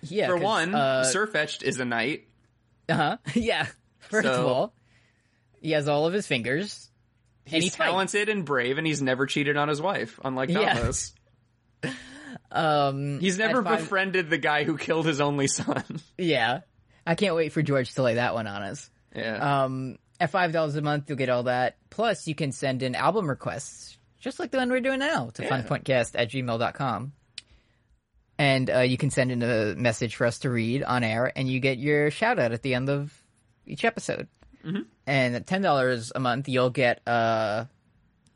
B: Yeah.
C: For
B: 'cause,
C: one,
B: uh,
C: Sir Fetched is a knight.
B: Uh huh. Yeah. First of
C: So-
B: all, he has all of his fingers. and he
C: He's talented and brave, and he's never cheated on his wife, unlike
B: Yeah.
C: Davos.
B: Um.
C: He's never
B: At five-
C: befriended the guy who killed his only son.
B: Yeah. I can't wait for George to lay that one on us.
C: yeah.
B: Um. At five dollars a month, you'll get all that. Plus, you can send in album requests, just like the one we're doing now, to funpointcast at gmail.com. And uh, you can send in a message for us to read on air, and you get your shout out at the end of each episode. And at ten dollars a month, you'll get uh,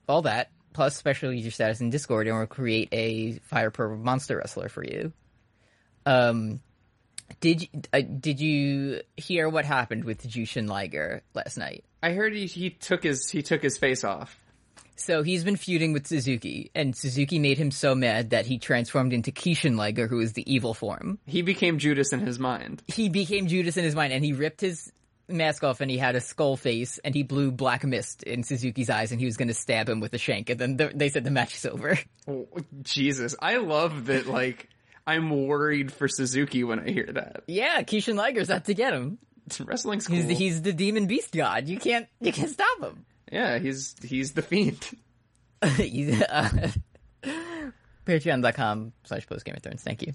B: all that plus special user status in Discord, and we'll create a Fire Pro Monster Wrestler for you. Um, did you, uh, did you hear what happened with Jushin Liger last night?
C: I heard he, he took his he took his face off.
B: So he's been feuding with Suzuki, and Suzuki made him so mad that he transformed into Kishin Liger, who is the evil form.
C: He became Judas in his mind.
B: He became Judas in his mind, and he ripped his mask off and he had a skull face and he blew black mist in Suzuki's eyes and he was going to stab him with a shank and then th- they said the match is over.
C: Oh, Jesus, I love that. Like, I'm worried for Suzuki when I hear that.
B: yeah, Keishan Liger's out to get him.
C: Wrestling's cool.
B: He's, he's the demon beast god. You can't you can't stop him.
C: yeah, he's he's the fiend.
B: He's, uh, Patreon.com slash post Game of Thrones. Thank you.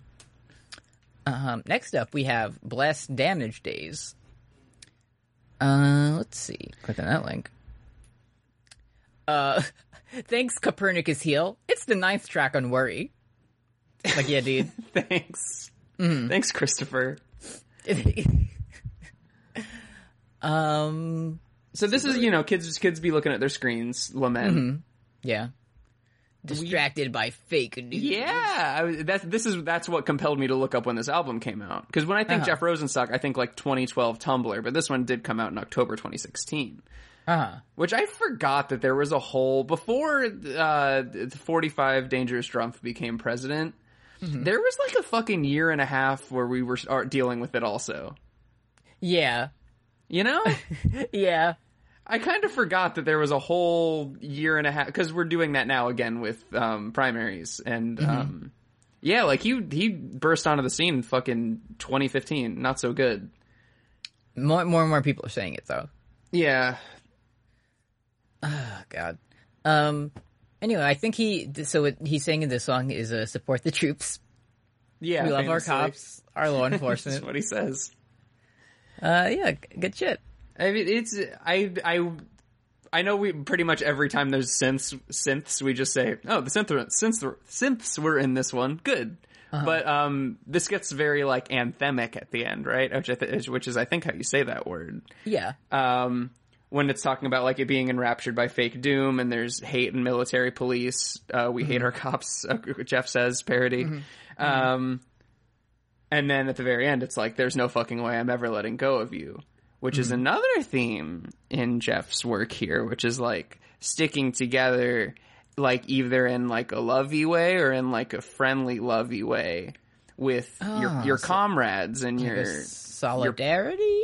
B: Um, next up, we have Blast Damage Days. Uh, let's see. Click on that link. Uh, thanks, Copernicus Heel. It's the ninth track on Worry. Like, yeah, dude.
C: Thanks, thanks, Christopher.
B: um,
C: So this is you know kids kids be looking at their screens lament.
B: yeah. Distracted by fake news.
C: Yeah, I was- that's this is that's what compelled me to look up when this album came out because when I think Jeff Rosenstock, I think like 2012 Tumblr, but this one did come out in October 2016.
B: Uh-huh.
C: Which I forgot that there was a whole before uh, the 45 Dangerous Trump became president.
B: Mm-hmm.
C: There was like a fucking year and a half where we were are dealing with it also.
B: Yeah.
C: You know,
B: Yeah.
C: I kind of forgot that there was a whole year and a half because we're doing that now again with um, primaries and
B: Mm-hmm.
C: um, yeah, like he he burst onto the scene in fucking 2015. Not so good.
B: More, more and more people are saying it, though.
C: Yeah,
B: Oh, God. Um. Anyway, I think he. So what he's saying in this song is uh, support the troops.
C: yeah.
B: we love our
C: famously.
B: cops, our law
C: That's
B: enforcement.
C: what he says.
B: uh, yeah, g- good shit.
C: I mean, it's I I I know we pretty much every time there's synths synths we just say oh the synth synths synths were in this one good. But um, this gets very like anthemic at the end, right? Which, I th- which is, I think, how you say that word.
B: Yeah.
C: Um, when it's talking about like it being enraptured by fake doom, and there's hate and military police. Uh, we
B: Mm-hmm.
C: hate our cops. Uh, Jeff says parody. Um, and then at the very end, it's like, there's no fucking way I'm ever letting go of you, which
B: Mm-hmm.
C: is another theme in Jeff's work here, which is like sticking together, like either in like a lovey way or in like a friendly lovey way with
B: Ah,
C: your, your comrades and your
B: This solidarity.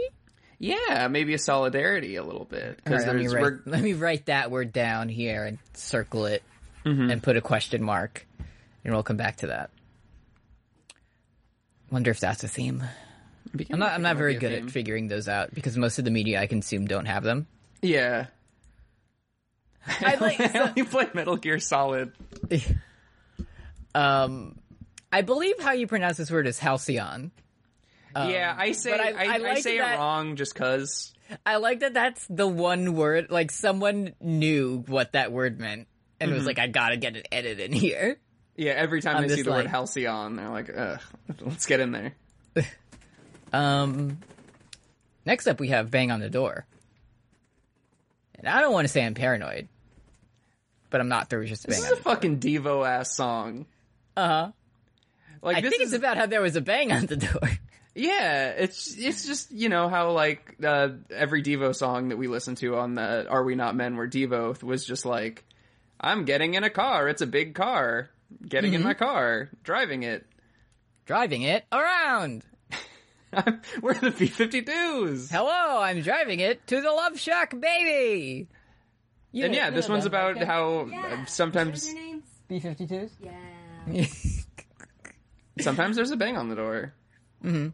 C: yeah, maybe a solidarity a little bit because
B: Alright, let, me
C: there's
B: write,
C: reg-
B: let me write that word down here and circle it
C: Mm-hmm.
B: and put a question mark, and we'll come back to that. Wonder if that's a theme. I'm not. I'm not very good at figuring those out because most of the media I consume don't have them.
C: yeah.
B: I like.
C: I only play Metal Gear Solid.
B: Um, I believe how you pronounce this word is halcyon.
C: yeah, I say
B: Um, but I-
C: I,
B: I
C: I,
B: like
C: say
B: that-
C: it wrong just cause.
B: I like that that's the one word, like someone knew what that word meant and
C: Mm-hmm.
B: was like, I gotta get an edit in here.
C: Yeah, every time
B: I'm
C: they see
B: just
C: the
B: like-
C: word halcyon, they're like, ugh, let's get in there.
B: Um, next up we have Bang on the Door. And I don't want to say I'm paranoid, but I'm not. There was just a bang
C: This
B: on
C: is a
B: the door.
C: fucking Devo ass song.
B: Uh-huh.
C: Like
B: I
C: this
B: think
C: is
B: it's about how there was a bang on the door.
C: yeah, it's it's just you know how like uh, every Devo song that we listened to on the "Are We Not Men" where Devo was just like, "I'm getting in a car. It's a big car. Getting
B: Mm-hmm.
C: in my car, driving it.
B: driving it around.
C: We're the B52s."
B: Hello, I'm driving it to the Love Shack, baby. You
C: And
B: know-
C: yeah,
B: you
C: this
B: know
C: one's
B: that,
C: about
B: okay?
C: how uh,
D: Yeah. What
C: sometimes
D: are their names?
B: B52s.
D: Yeah.
C: sometimes there's a bang on the door. Mm-hmm.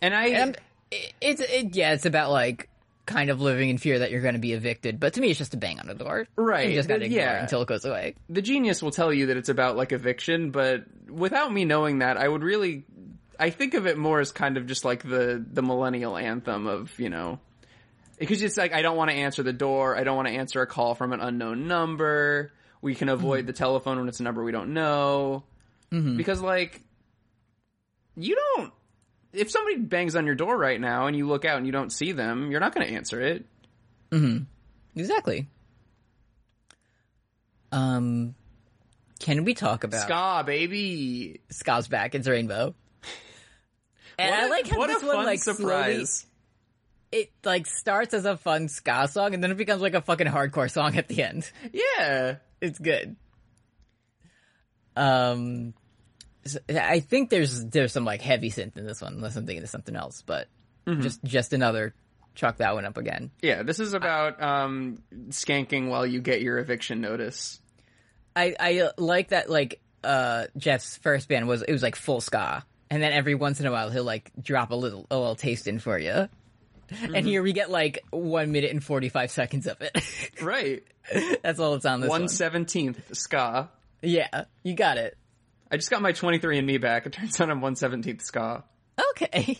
C: And I
B: And I'm- it- it's it, yeah, it's about like kind of living in fear that you're going to be evicted. But to me, it's just a bang on the door.
C: Right,
B: You just got to ignore
C: yeah.
B: it until it goes away.
C: the genius will tell you that it's about like eviction, but without me knowing that, I would really I think of it more as kind of just like the the millennial anthem of, you know, because it's like I don't want to answer the door, I don't want to answer a call from an unknown number. We can avoid the telephone when it's a number we don't know. Because like you don't if somebody bangs on your door right now and you look out and you don't see them, you're not going to answer it.
B: Exactly. Um, can we talk about
C: Ska baby.
B: Scott's back? It's rainbow. And
C: What
B: I
C: a-
B: like how
C: what a
B: this one
C: fun
B: like
C: surprise.
B: slowly it like starts as a fun ska song and then it becomes like a fucking hardcore song at the end.
C: Yeah.
B: it's good. Um, s- I Mm-hmm. think there's there's some like heavy synth in this one, unless I'm thinking of something else. But just just another chalk that one up again.
C: Yeah, this is about um, skanking while you get your eviction notice.
B: I, I uh, like that like uh Jeff's first band was it was like full ska. And then every once in a while he'll like drop a little a little taste in for you. And here we get like one minute and forty five seconds of it.
C: Right.
B: That's all it's on this one.
C: One seventeenth ska.
B: Yeah, you got it.
C: I just got my 23andMe back. It turns out I'm one seventeenth ska.
B: Okay.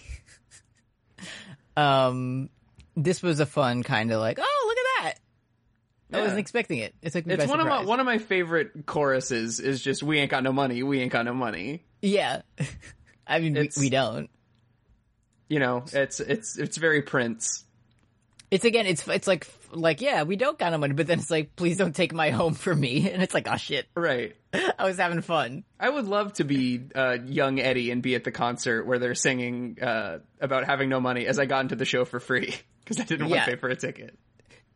B: um, this was a fun kind of like oh look at that. I
C: Yeah.
B: wasn't expecting it. It took me
C: It's
B: by
C: one of
B: surprise.
C: my one of my favorite choruses. Is just we ain't got no money. We ain't got no money.
B: Yeah. I mean, we,
C: It's-
B: we don't.
C: You know, it's it's it's very Prince.
B: It's again, it's it's like like yeah, we don't got no money, but then it's like, please don't take my home from me, and it's like, oh shit,
C: Right.
B: I was having fun.
C: I would love to be uh, young Eddie and be at the concert where they're singing uh, about having no money as I got into the show for free because I didn't want
B: Yeah.
C: to pay for a ticket.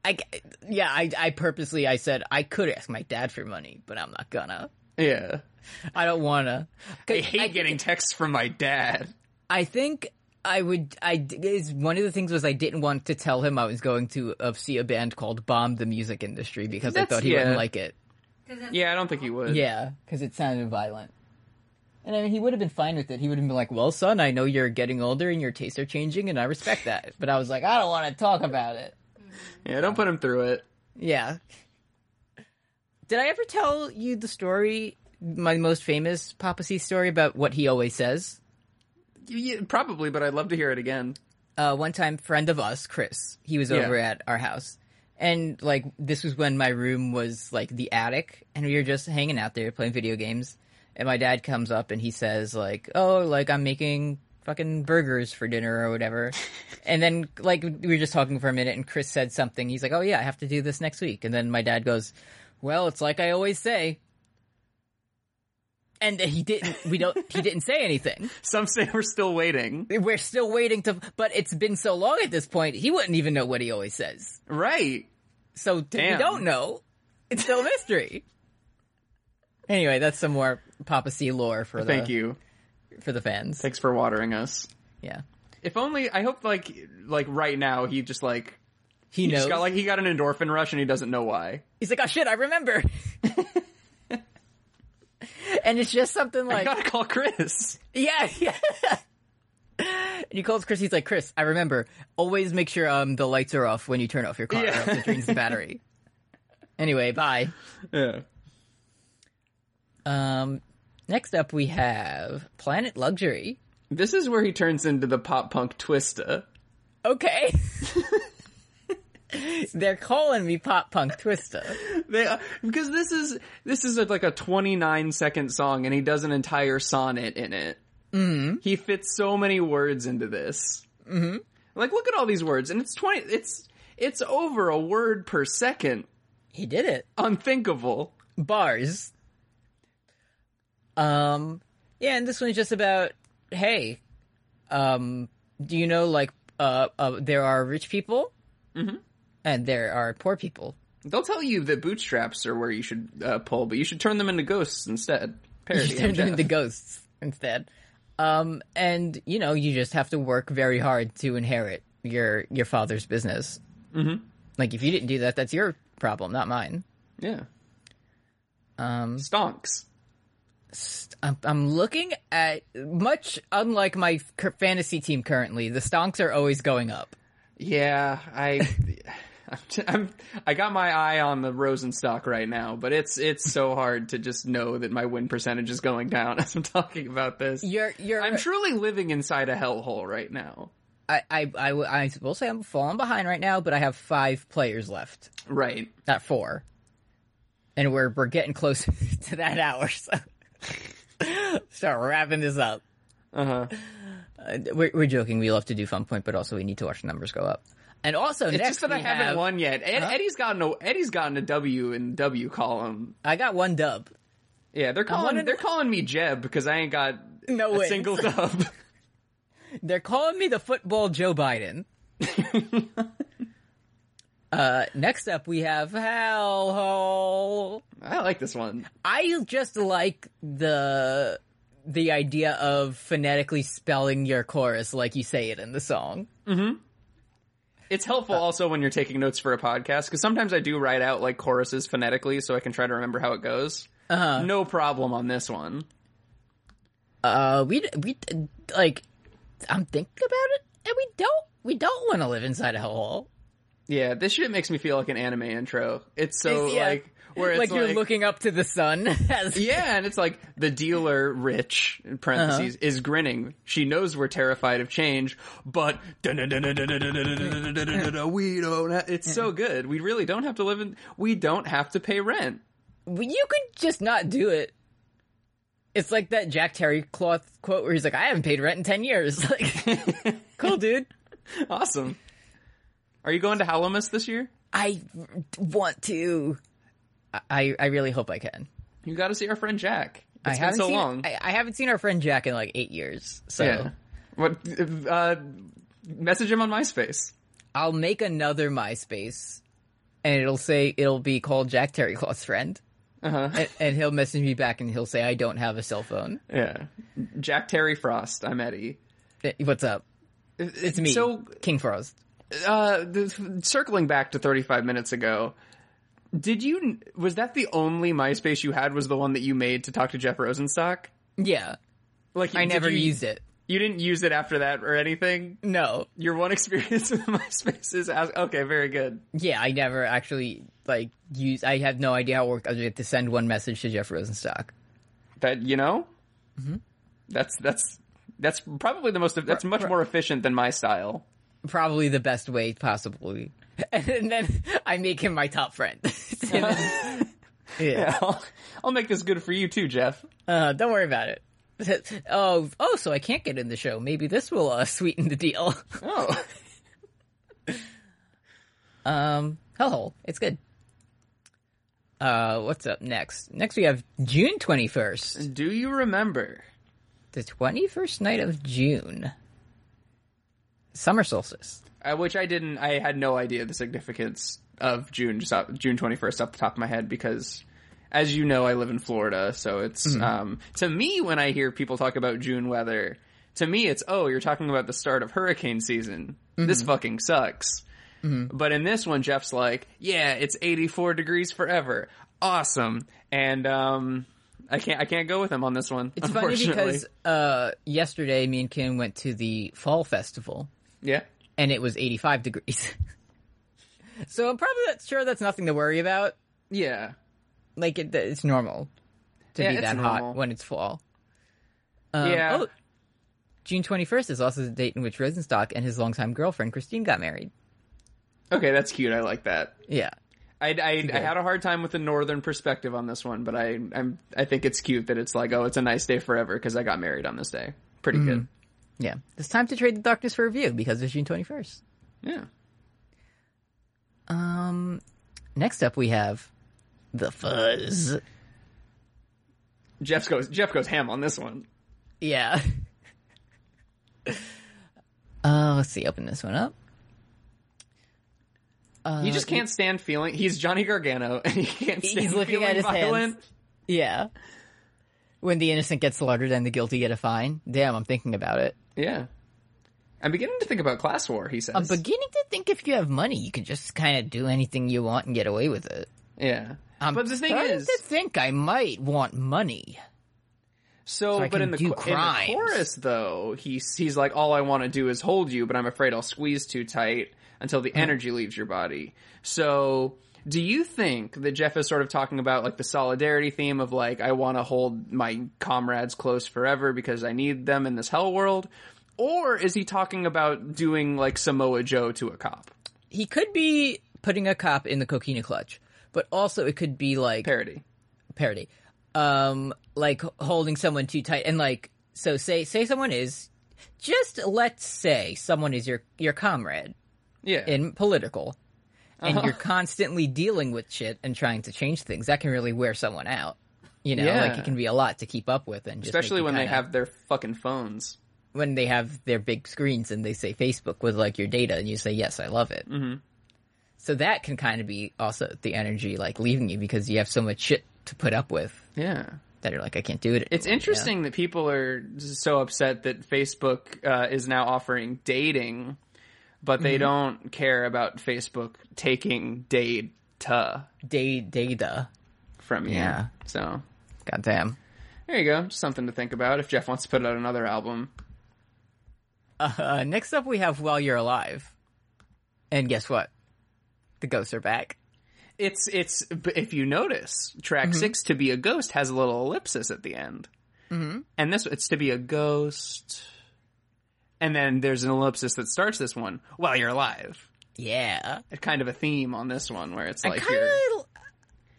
B: I c- yeah, I I purposely I said I could ask my dad for money, but I'm not gonna.
C: Yeah.
B: I don't wanna.
C: I hate getting texts from my dad.
B: I think I would. I d- is one of the things was I didn't want to tell him I was going to uh, see a band called Bomb the Music Industry because I
C: That's-
B: thought he
C: yeah.
B: wouldn't like it.
C: Yeah, I don't think he would.
B: Yeah, because it sounded violent. And I mean, he would have been fine with it. He would have been like, "Well, son, I know you're getting older and your tastes are changing, and I respect that." But I was like, "I don't want to talk about it."
C: Yeah, don't put him through it.
B: Yeah. Did I ever tell you the story, my most famous Papa C story about what he always says?
C: You- you- probably, but I'd love to hear it again.
B: uh, one time friend of us, Chris, he was over at our house. And like this was when my room was like the attic and we were just hanging out there playing video games. And my dad comes up and he says like, "Oh, like I'm making fucking burgers for dinner or whatever." and then like we were just talking for a minute and Chris said something. He's like, "Oh yeah, I have to do this next week." And then my dad goes, "Well, it's like I always say." And he didn't we don't he didn't say anything
C: Some say we're still waiting.
B: we're still waiting to but it's been so long at this point he wouldn't even know what he always says
C: Right.
B: so
C: Damn.
B: we don't know it's still a mystery anyway that's some more papa c lore for
C: Thank
B: the
C: you.
B: for the fans
C: Thanks for watering us.
B: yeah
C: If only I hope like like right now he just like
B: he,
C: he
B: knows
C: just got like he got an endorphin rush and he doesn't know why.
B: he's like oh shit i remember and it's just something
C: I
B: like
C: gotta call Chris.
B: yeah yeah and he calls chris he's like chris i remember always make sure um the lights are off when you turn off your car or
C: Yeah.
B: else it drains the battery anyway bye
C: Yeah.
B: Um, next up we have Planet Luxury.
C: This is where he turns into the pop punk twista.
B: Okay. They're calling me pop punk twista.
C: They uh, because this is this is like a 29 second song and he does an entire sonnet in it. Mm-hmm. He fits so many words into this. Mm-hmm. Like look at all these words and it's 20 it's it's over a word per second.
B: He did it.
C: Unthinkable.
B: Bars. Um, yeah, and this one's just about hey, um, do you know like uh, uh there are rich people and there are poor people.
C: They'll tell you that bootstraps are where you should uh, pull, but you should turn them into ghosts instead. Parody.
B: You turn
C: MJF.
B: them into ghosts instead. Um, and you know, you just have to work very hard to inherit your your father's business. Mm-hmm. Like if you didn't do that, that's your problem, not mine.
C: yeah. Um, Stonks.
B: I'm, I'm looking at much unlike my cur- fantasy team currently. The stonks are always going up.
C: Yeah, I, I'm, t- I'm, I got my eye on the Rosenstock right now, but it's it's so hard to just know that my win percentage is going down as I'm talking about this.
B: You're you're.
C: I'm truly living inside a hellhole right now.
B: I, I I w- I will say I'm falling behind right now, but I have five players left,
C: Right.
B: not four, and we're we're getting close to that hour. So start wrapping this up. Uh,
C: Uh huh.
B: We're, we're joking. We love to do fun point, but also we need to watch the numbers go up. And also,
C: It's
B: next
C: just that
B: we
C: I haven't
B: have-
C: won yet. Ed, Eddie's gotten a Eddie's gotten a W in W column.
B: I got one dub.
C: Yeah, they're calling
B: wondering-
C: they're calling me Jeb because I ain't got
B: No
C: a
B: wins.
C: single dub.
B: They're calling me the football Joe Biden. uh, next up, we have Hellhole.
C: I like this one.
B: I just like the the idea of phonetically spelling your chorus like you say it in the song. Mm-hmm.
C: It's helpful also when you're taking notes for a podcast because sometimes I do write out like choruses phonetically so I can try to remember how it goes. Uh-huh. No problem on this one.
B: Uh, we we like, I'm thinking about it, and we don't we don't want to live inside a hellhole.
C: Yeah, this shit makes me feel like an anime intro. It's so
B: Yeah.
C: like where it's
B: like
C: like,
B: you're looking up to the sun. As,
C: Yeah, and it's like the dealer, Rich, in parentheses, is grinning. She knows we're terrified of change, but we don't. ha- It's so good. We really don't have to live in. We don't have to pay rent.
B: Well, you could just not do it. It's like that Jack Terry cloth quote where he's like, "I haven't paid rent in ten years." Like, cool, dude.
C: Awesome. Are you going to Halamus this year?
B: I want to. I I really hope I can.
C: You got to see our friend Jack. It's
B: I
C: been
B: haven't
C: so
B: seen,
C: long.
B: I, I haven't seen our friend Jack in like eight years, so
C: yeah. What? Uh, message him on MySpace.
B: I'll make another MySpace, and it'll say it'll be called Jack Terry Cloth's friend,
C: Uh-huh.
B: and, and he'll message me back and he'll say I don't have a cell phone.
C: Yeah. Jack Terry Frost. I'm Eddie.
B: Eh, What's up? It's me,
C: So
B: King Frost.
C: uh, th- circling back to 35 minutes ago, did you, was that the only MySpace you had was the one that you made to talk to Jeff Rosenstock?
B: Yeah,
C: Like,
B: I
C: did
B: never
C: you,
B: used it.
C: You didn't use it after that or anything?
B: No,
C: Your one experience with MySpace is, ask- okay, very good.
B: yeah, I never actually like used. I have no idea how it worked. I just had to send one message to Jeff Rosenstock.
C: That, you know?
B: Mm-hmm.
C: That's, that's, that's probably the most, that's much more efficient than my style.
B: probably the best way possibly. And then I make him my top friend. yeah.
C: I'll, I'll make this good for you too, Jeff.
B: Uh, don't worry about it. oh, oh, so I can't get in the show. Maybe this will uh, sweeten the deal.
C: Oh.
B: um, hellhole. It's good. Uh, what's up next? Next we have June 21st.
C: Do you remember?
B: The 21st night of June. Summer solstice.
C: uh, which I didn't. I had no idea the significance of June just off, June twenty first off the top of my head because, as you know, I live in Florida, so it's
B: Hmm.
C: um, to me when I hear people talk about June weather, to me it's oh you're talking about the start of hurricane season.
B: Mm-hmm.
C: This fucking sucks. But in this one, Jeff's like, yeah, it's eighty four degrees forever, awesome, and um. I can't. I can't go with him on this one.
B: It's funny
C: unfortunately.
B: because uh, yesterday me and Kim went to the fall festival.
C: yeah,
B: and it was 85 degrees. so I'm probably not sure that's nothing to worry about.
C: yeah.
B: Like it, it's normal to
C: Yeah,
B: be
C: it's
B: that
C: normal.
B: hot when it's fall. Um,
C: Yeah.
B: oh, June 21st is also the date in which Rosenstock and his longtime girlfriend Christine got married.
C: Okay, that's cute. I like that.
B: Yeah.
C: I, I, I had a hard time with the northern perspective on this one, but I I'm, I think it's cute that it's like, oh, it's a nice day forever because I got married on this day. Pretty good.
B: Yeah. It's time to trade the darkness for review because it's June 21st.
C: Yeah.
B: Next up we have The Fuzz.
C: Jeff goes Jeff goes ham on this one.
B: Yeah. uh, let's see, open this one up.
C: he just can't stand feeling. He's Johnny Gargano, and he can't stand.
B: Uh, He's looking
C: feeling
B: at his hands.
C: violent.
B: Yeah. When the innocent gets slaughtered and the guilty get a fine. Damn, I'm thinking about it.
C: Yeah. I'm beginning to think about class war. He says.
B: I'm beginning to think if you have money, you can just kind of do anything you want and get away with it.
C: yeah.
B: I'm
C: but the thing
B: starting
C: is,
B: to think I might want money.
C: so,
B: I
C: but in
B: can
C: the,
B: do
C: qu- in the
B: crimes.
C: chorus though, he's he's like, all I want to do is hold you, but I'm afraid I'll squeeze too tight until
B: Hmm.
C: the energy leaves your body. So, do you think that Jeff is sort of talking about like the solidarity theme of like I want to hold my comrades close forever because I need them in this hell world, or is he talking about doing like Samoa Joe to a cop
B: He could be putting a cop in the coquina clutch, but also it could be like
C: parody?
B: parody. Um, like h- holding someone too tight and like, so say, say someone is, just let's say someone is your, your comrade.
C: Yeah,
B: in political and
C: Uh-huh.
B: you're constantly dealing with shit and trying to change things, that can really wear someone out. You know,
C: Yeah.
B: like it can be a lot to keep up with, and just make
C: especially
B: you
C: when they
B: kinda-
C: have their fucking phones.
B: when they have their big screens and they say Facebook with like your data, and you say yes, I love it. Mm-hmm. So that can kind of be also the energy like leaving you because you have so much shit to put up with
C: Yeah.
B: that you're like, I can't do it.
C: It's interesting that people are so upset that Facebook uh, is now offering dating but
B: Mm-hmm.
C: they don't care about Facebook taking data
B: Day data.
C: from you.
B: Yeah.
C: So
B: Goddamn.
C: there you go. Just something to think about if Jeff wants to put out another album.
B: Uh, next up, we have While You're Alive, and guess what? The ghosts are back.
C: It's it's but if you notice, track
B: Mm-hmm.
C: six to be a ghost has a little ellipsis at the end, mm-hmm. and this it's to be a ghost, and then there's an ellipsis that starts this one while you're alive.
B: Yeah.
C: It's kind of a theme on this one where it's
B: I
C: like
B: kind
C: you're.
B: of.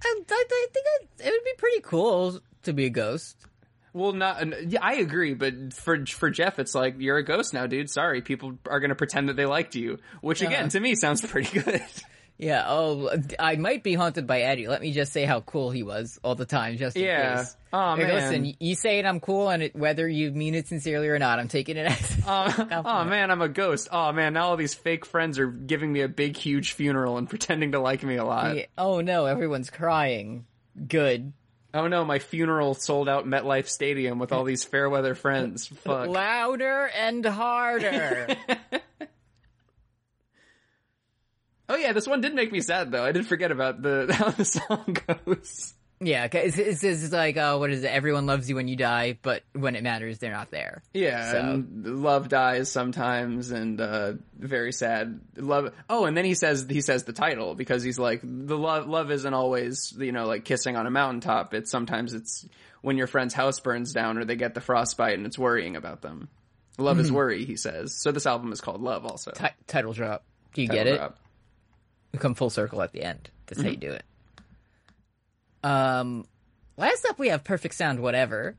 B: I, I, I think I, it would be pretty cool to be a ghost.
C: Well, not yeah, I agree, but for for Jeff, it's like you're a ghost now, dude. Sorry, people are gonna pretend that they liked you, which again to me sounds pretty good.
B: Yeah. Oh, I might be haunted by Eddie. Let me just say how cool he was all the time, just in
C: Yeah.
B: case.
C: Aw,
B: Like,
C: man.
B: Listen, you say it, I'm cool, and it, whether you mean it sincerely or not, I'm taking it as.
C: oh man, I'm a ghost. Oh man, now all these fake friends are giving me a big, huge funeral and pretending to like me a lot.
B: Yeah. oh no, everyone's crying. Good.
C: Oh no, my funeral sold out MetLife Stadium with all these fair weather friends. Fuck.
B: Louder and harder.
C: oh yeah, this one did make me sad though. I did forget about the how the song goes.
B: yeah, 'cause it's, it's, it's like, uh, what is it? Everyone loves you when you die, but when it matters, they're not there.
C: Yeah,
B: So-
C: and love dies sometimes, and uh, very sad. Love. Oh, and then he says he says the title because he's like the love. Love isn't always you know like kissing on a mountaintop. It's sometimes it's when your friend's house burns down or they get the frostbite and it's worrying about them. Love is worry, he says. So this album is called Love. Also,
B: Mm-hmm. Ti- title drop. Do you
C: Title
B: get it?
C: drop.
B: We come full circle at the end. That's how you do it. Um, last up we have Perfect Sound Whatever.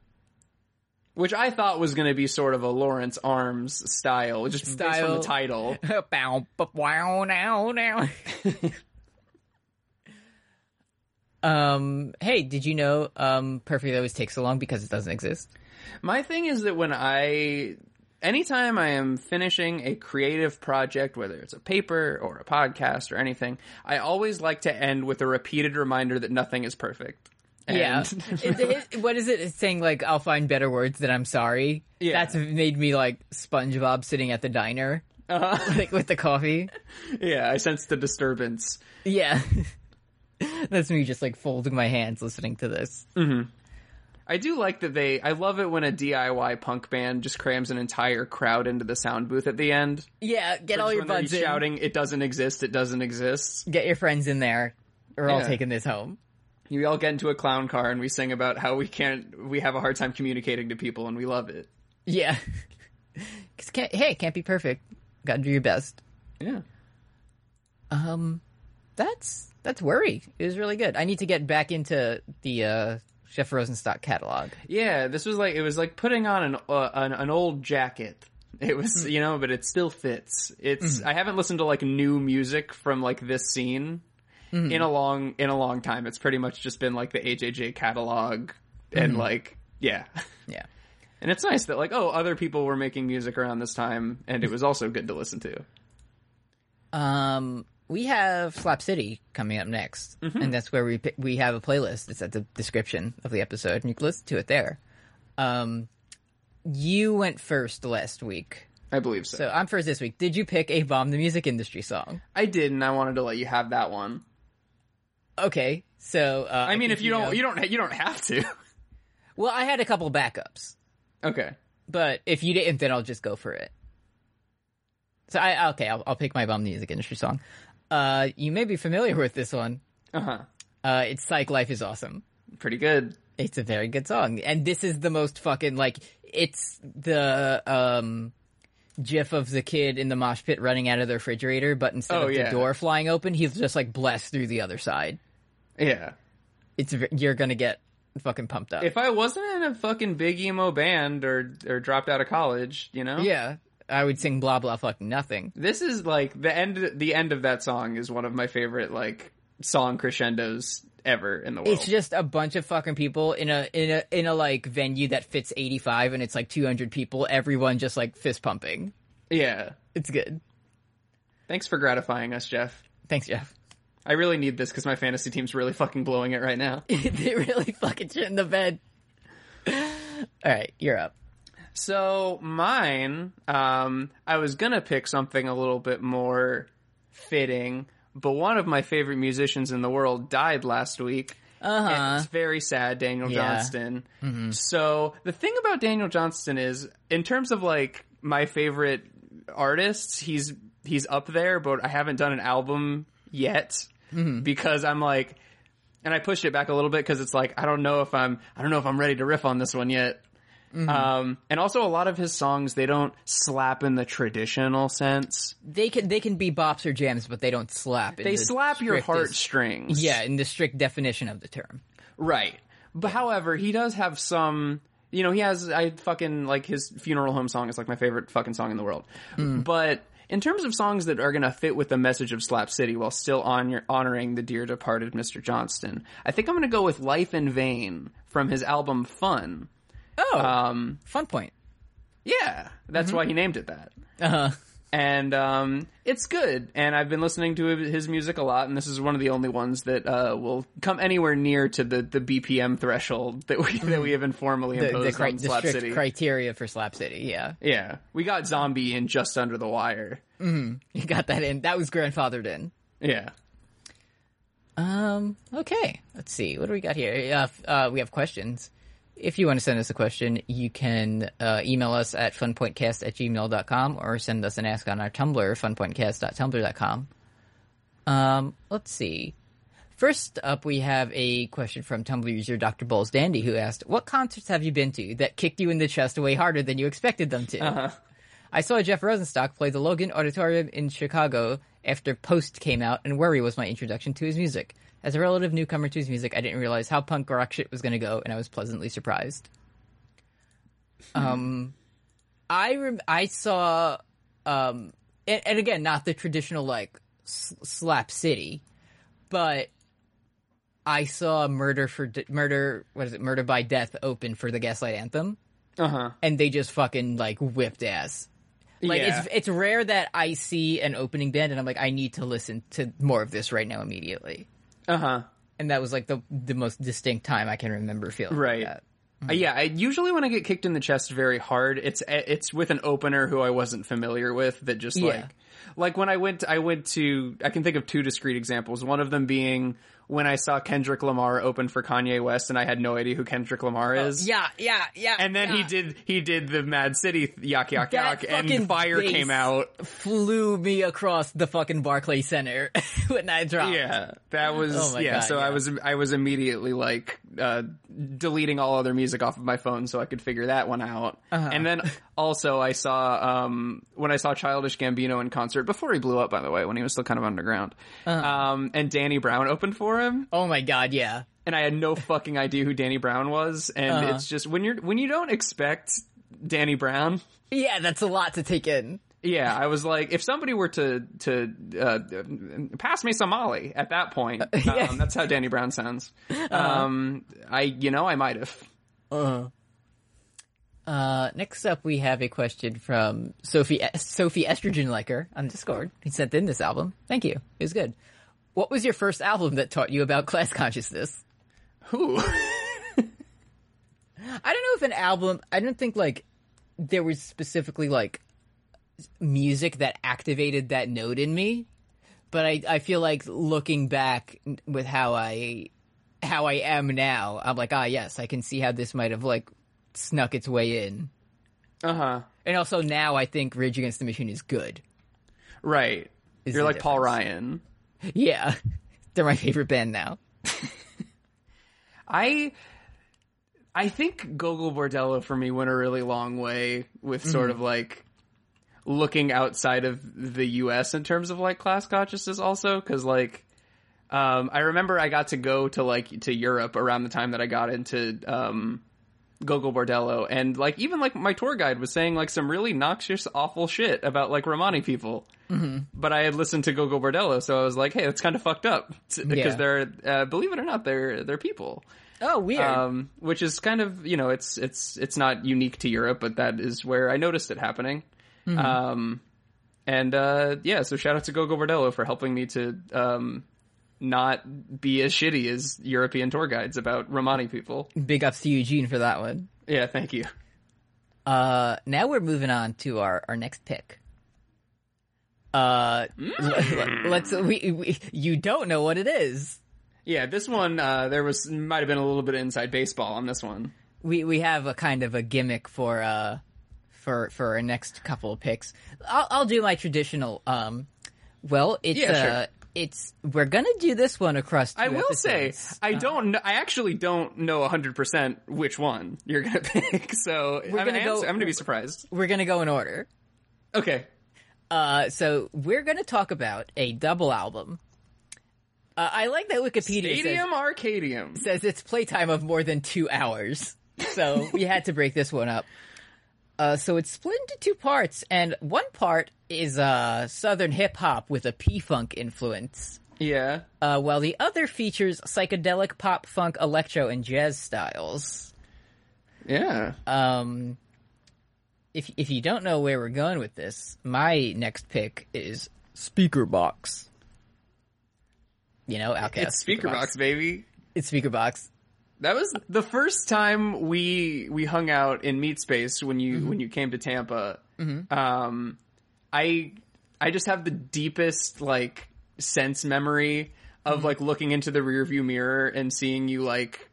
C: which I thought was going to be sort of a Lawrence Arms style, just based on
B: Style.
C: the title.
B: Bow, bow, wow, now, now. um, hey, did you know um, Perfect always takes so long because it doesn't exist?
C: My thing is that when I, anytime I am finishing a creative project, whether it's a paper or a podcast or anything, I always like to end with a repeated reminder that nothing is perfect. And-
B: yeah. It- it- what is it? It's saying like I'll find better words than I'm sorry.
C: Yeah.
B: That's made me like SpongeBob sitting at the diner
C: Uh-huh.
B: like with the coffee.
C: yeah, I sense the disturbance.
B: Yeah. That's me just like folding my hands listening to this.
C: I do like that they, I love it when a DIY punk band just crams an entire crowd into the sound booth at the end.
B: Yeah, get all
C: Just
B: your
C: when they're
B: buds in.
C: shouting, it doesn't exist, it doesn't exist.
B: Get your friends in there. We're all
C: Yeah.
B: taking this home.
C: You all get into a clown car and we sing about how we can't, we have a hard time communicating to people and we love it.
B: Yeah. 'Cause can't, hey, can't be perfect. Gotta do your best.
C: Yeah.
B: Um, that's that's worry. It was really good. I need to get back into the uh, Chef Rosenstock catalog.
C: Yeah, this was like it was like putting on an uh, an, an old jacket. It was you know, but it still fits. It's I haven't listened to like new music from like this scene in a long in a long time. It's pretty much just been like the AJJ catalog and like yeah.
B: Yeah.
C: And it's nice that like oh other people were making music around this time and it was also good to listen to.
B: Um, we have Slap City coming up next,
C: Mm-hmm.
B: and that's where we pi- we have a playlist. It's at the description of the episode, and you can listen to it there. Um, you went first last week,
C: I believe so.
B: so I'm first this week. Did you pick a bomb the music industry song?
C: I did and I wanted to let you have that one.
B: Okay, so uh,
C: I mean
B: think
C: if you don't
B: know-
C: you don't you don't have to.
B: well, I had a couple backups,
C: okay.
B: but if you didn't, then I'll just go for it. So I okay, I'll, I'll pick my bomb the music industry song. Uh, you may be familiar with this one.
C: Uh-huh.
B: Uh, it's Psych Life is Awesome.
C: Pretty good.
B: It's a very good song, and this is the most fucking like it's the um gif of the kid in the mosh pit running out of the refrigerator, but instead
C: Oh,
B: of
C: yeah.
B: the door flying open, he's just like blessed through the other side.
C: Yeah.
B: It's ve- you're gonna get fucking pumped up.
C: if I wasn't in a fucking big emo band or or dropped out of college, you know,
B: yeah, I would sing blah blah fucking nothing.
C: this is like the end. The end of that song is one of my favorite like song crescendos ever in the world.
B: It's just a bunch of fucking people in a in a in a like venue that fits eighty five, and it's like two hundred people. Everyone just like fist pumping.
C: yeah.
B: It's good.
C: Thanks for gratifying us, Jeff.
B: Thanks, Jeff.
C: I really need this because my fantasy team's really fucking blowing it right now.
B: they really fucking shit in the bed. All right, you're up.
C: So mine, um, I was gonna pick something a little bit more fitting, but one of my favorite musicians in the world died last week.
B: Uh-huh.
C: And It's very sad, Daniel
B: Yeah. Mm-hmm.
C: Johnston. So the thing about Daniel Johnston is, in terms of like my favorite artists, he's he's up there, but I haven't done an album yet
B: Mm-hmm.
C: because I'm like, and I pushed it back a little bit because it's like I don't know if I'm I don't know if I'm ready to riff on this one yet.
B: Mm-hmm.
C: Um, and also a lot of his songs they don't slap in the traditional sense.
B: They can they can be bops or jams, but they don't slap. in
C: They
B: the
C: slap your
B: strictest-
C: heartstrings.
B: Yeah, in the strict definition of the term.
C: Right. But however, he does have some. You know, he has. I fucking like his funeral home song is like my favorite fucking song in the world.
B: Mm.
C: But in terms of songs that are gonna fit with the message of Slap City while still on your, honoring the dear departed Mr. Johnston, I think I'm gonna go with "Life in Vain" from his album "Fun."
B: Oh, um, fun point.
C: Yeah, that's
B: Mm-hmm.
C: why he named it that.
B: Uh,
C: and um, it's good. And I've been listening to his music a lot, and this is one of the only ones that uh, will come anywhere near to the, the BPM threshold that we that we have informally
B: Mm. the,
C: imposed
B: the, cri-
C: on
B: the
C: Slap
B: strict
C: City.
B: criteria for Slap City. Yeah,
C: yeah, we got Zombie in just under the wire.
B: you got that in. That was grandfathered in.
C: Yeah,
B: Um, okay. Let's see. What do we got here? Uh, f- uh, we have questions. If you want to send us a question, you can uh, email us at funpointcast at gmail.com or send us an ask on our Tumblr, funpointcast.tumblr.com. Um, let's see. First up, we have a question from Tumblr user Dr. Bowles Dandy who asked, What concerts have you been to that kicked you in the chest way harder than you expected them to? I saw Jeff Rosenstock play the Logan Auditorium in Chicago after Post came out, and Worry was my introduction to his music. As a relative newcomer to his music, I didn't realize how punk rock shit was going to go, and I was pleasantly surprised. Um, I rem- I saw, um, and, and again, not the traditional like s- slap city, but I saw Murder for D- Murder. What is it? Murder by Death open for the Gaslight Anthem
C: Uh-huh.
B: and they just fucking like whipped ass. Like
C: yeah.
B: it's it's rare that I see an opening band and I'm like I need to listen to more of this right now immediately.
C: uh huh.
B: And that was like the the most distinct time I can remember feeling like
C: Right.
B: that.
C: Uh, yeah, I usually when I get kicked in the chest very hard, it's eh, it's with an opener who I wasn't familiar with that just
B: Yeah.
C: like like when I went I went to I can think of two discrete examples. One of them being when I saw Kendrick Lamar open for Kanye West and I had no idea who Kendrick Lamar is.
B: Oh, Yeah, yeah, yeah.
C: And then he
B: yeah.
C: did he did the Mad City th- yak yak
B: That
C: yak and
B: fucking
C: fire
B: bass.
C: came out.
B: flew me across the fucking Barclay Center when I dropped.
C: Yeah, that was
B: Oh my
C: yeah.
B: God,
C: so I
B: yeah.
C: was I was immediately like uh, deleting all other music off of my phone so I could figure that one out.
B: Uh-huh.
C: And then also I saw um, when I saw Childish Gambino in concert before he blew up, by the way, when he was still kind of underground.
B: Uh-huh.
C: Um, and Danny Brown opened for him,
B: Oh my god, yeah.
C: and I had no fucking idea who Danny Brown was. And
B: Uh-huh.
C: it's just when you're when you don't expect Danny Brown.
B: Yeah, that's a lot to take in.
C: Yeah, I was like, if somebody were to to uh, pass me some Molly at that point, um, that's how Danny Brown sounds.
B: Uh-huh.
C: Um, I, you know, I might have.
B: Uh, next up, we have a question from Sophie Sophie Estrogen Liker on Discord. He sent in this album. Thank you. It was good. What was your first album that taught you about class consciousness?
C: Who?
B: I don't know if an album. I don't think like there was specifically like music that activated that note in me, but I I feel like looking back with how I how I am now, I'm like ah yes, I can see how this might have like snuck its way in.
C: Uh huh.
B: And also now I think Rage Against the Machine is good.
C: Right.
B: Is
C: You're
B: the
C: like Paul
B: difference.
C: Ryan.
B: Yeah. They're my favorite band now.
C: I. I think Gogol Bordello for me went a really long way with sort of like looking outside of the U.S. in terms of like class consciousness, also because like um, I remember I got to go to like to Europe around the time that I got into um, Gogol Bordello, and like even like my tour guide was saying like some really noxious, awful shit about like Romani people. But I had listened to Gogol Bordello, so I was like, hey, that's kind of fucked up because
B: Yeah.
C: they're uh, believe it or not, they're they're people.
B: Oh, weird.
C: Um, which is kind of you know it's it's it's not unique to Europe, but that is where I noticed it happening. Um, and uh, yeah, so shout out to Gogo Bordello for helping me to um, not be as shitty as European tour guides about Romani people.
B: Big ups to Eugene for that one.
C: Yeah, thank you.
B: Uh, now we're moving on to our, our next pick. Uh,
C: Hmm.
B: let, us we, we you don't know what it is.
C: Yeah, this one uh, there was might have been a little bit of inside baseball on this one.
B: We we have a kind of a gimmick for uh for for our next couple of picks. I'll I'll do my traditional um. Well, it's
C: Yeah, sure.
B: uh, it's we're gonna do this one across. Two
C: I will say
B: episodes.
C: I don't. Kn- I actually don't know hundred percent which one you're gonna pick. So I'm,
B: gonna
C: I am-
B: go-
C: I'm gonna be surprised.
B: we're gonna go in order.
C: Okay.
B: Uh, so we're going to talk about a double album. Uh, I like that Wikipedia says,
C: Stadium Arcadium.
B: says it's playtime of more than two hours, so we had to break this one up. Uh, so it's split into two parts, and one part is uh, southern hip hop with a P funk influence,
C: Yeah.
B: uh, while the other features psychedelic pop, funk, electro, and jazz styles.
C: Yeah.
B: Um, if if you don't know where we're going with this, my next pick is Speaker Box. You know, Outcast.
C: it's Speaker Box, baby.
B: It's Speaker Box.
C: That was the first time we we hung out in Meat Space when you when you came to Tampa. Um, I I just have the deepest like sense memory of like looking into the rearview mirror and seeing you like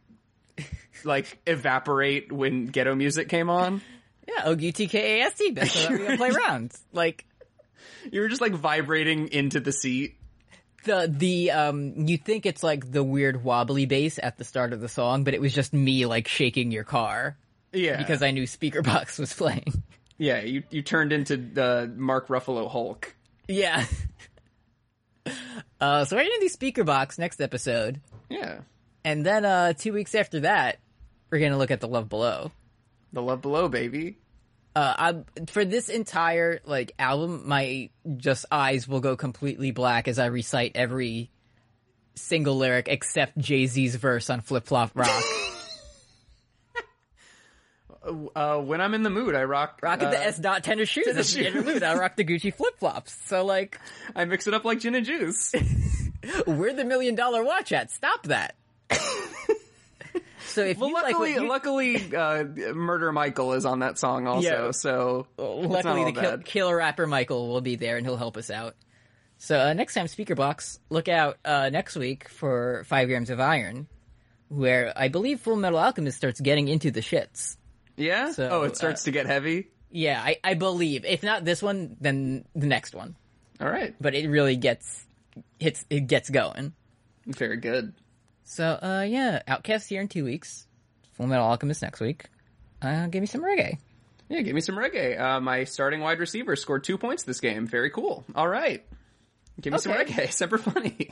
C: like evaporate when ghetto music came on.
B: Yeah, OGTKAST. Best so that we gonna play rounds. Like
C: You were just like vibrating into the seat.
B: the the um, you think it's like the weird wobbly bass at the start of the song, but it was just me like shaking your car
C: Yeah,
B: because I knew Speaker Box was playing.
C: yeah, you you turned into the Mark Ruffalo Hulk.
B: yeah. Uh, so we're gonna do Speaker Box next episode.
C: Yeah,
B: And then uh two weeks after that, we're gonna look at the Love Below.
C: the Love Below baby.
B: Uh, I'm, for this entire like album, my just eyes will go completely black as I recite every single lyric except Jay Z's verse on Flip Flop Rock.
C: Uh, when I'm in the mood, I rock
B: Rocket
C: uh,
B: the S dot tennis shoes.
C: tennis
B: That's the end of
C: shoes.
B: it. I rock the Gucci flip flops. So like,
C: I mix it up like gin and juice.
B: where the million dollar watch at? Stop that. so if
C: Well,
B: you like what
C: luckily,
B: you-
C: luckily, uh, Murder Michael is on that song also.
B: Yeah.
C: So it's not all
B: Luckily, the kill,
C: bad.
B: killer rapper Michael will be there and he'll help us out. So uh, next time, Speaker Box, look out uh, next week for Five Grams of Iron, where I believe Full Metal Alchemist starts getting into the shits.
C: yeah.
B: so, uh,
C: oh, it starts to get heavy.
B: Yeah, I, I believe. If not this one, then the next one.
C: All right,
B: But it really gets hits it gets going.
C: very good.
B: So uh, yeah, Outcast here in two weeks, Full Metal Alchemist next week. Uh, give me some reggae.
C: Yeah, give me some reggae. Uh, my starting wide receiver scored two points this game. Very cool. All right, give me some
B: Okay.
C: reggae. Semper funny.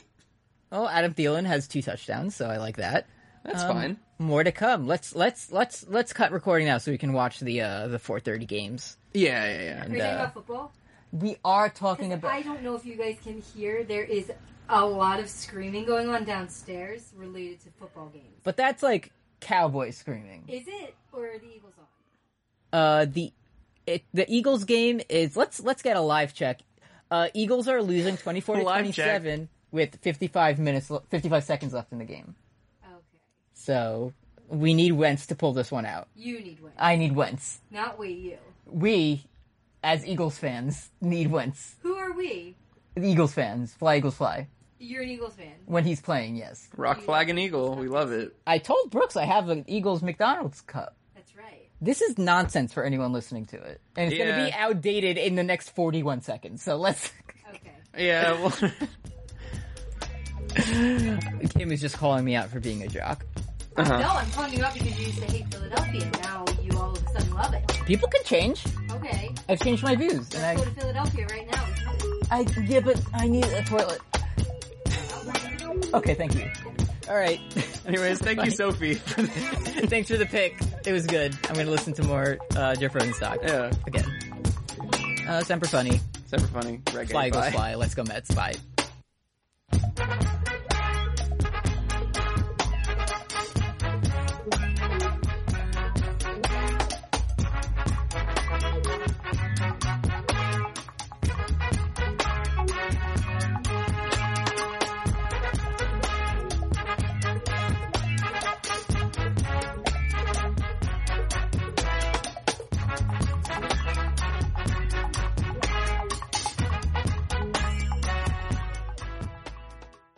B: Oh, Adam Thielen has two touchdowns, so I like that.
C: That's
B: Um,
C: fine.
B: more to come. Let's let's let's let's cut recording now so we can watch the uh the 4:30 games.
C: Yeah, yeah, yeah.
D: Are you talking
B: uh,
D: about football?
B: We are talking
D: Because
B: about
D: I don't know if you guys can hear. There is a lot of screaming going on downstairs related to football games.
B: But that's like Cowboys screaming.
D: Is it or are the Eagles on?
B: Uh the it, the Eagles game is let's let's get a live check. Uh Eagles are losing 24 to
C: Live check.
B: 27 with 55 minutes le- 55 seconds left in the game.
D: Okay.
B: So we need Wentz to pull this one out.
D: You need win.
B: I need Wentz.
D: Not we, you.
B: We as Eagles fans need Wentz.
D: Who are we?
B: The Eagles fans, fly Eagles fly
D: You're an Eagles fan.
B: when he's playing, yes.
C: Rock flag and eagle. We love it.
B: I told Brooks I have an Eagles McDonald's cup.
D: That's right.
B: This is nonsense for anyone listening to it. And it's going to be
C: Yeah.
B: outdated in the next 41 seconds. So let's.
D: Okay.
C: Yeah. Well,
B: Kim is just calling me out for being a jock.
C: Uh.
D: No, I'm calling you out because you used to hate Philadelphia. Now you all of a sudden love it.
B: People can change.
D: Okay.
B: I've changed my views. And
D: Let's go
B: I,
D: to Philadelphia right now.
B: I, yeah, but I need a toilet. Okay, thank you. All right.
C: anyways, thank you, Sophie. For that.
B: Thanks for the pick. It was good. I'm going to listen to more uh, Jeff Rosenstock
C: Yeah.
B: again. Uh, Semper Funny.
C: Semper funny. Reggae.
B: Fly, go
C: Bye.
B: fly. Let's go Mets. Bye.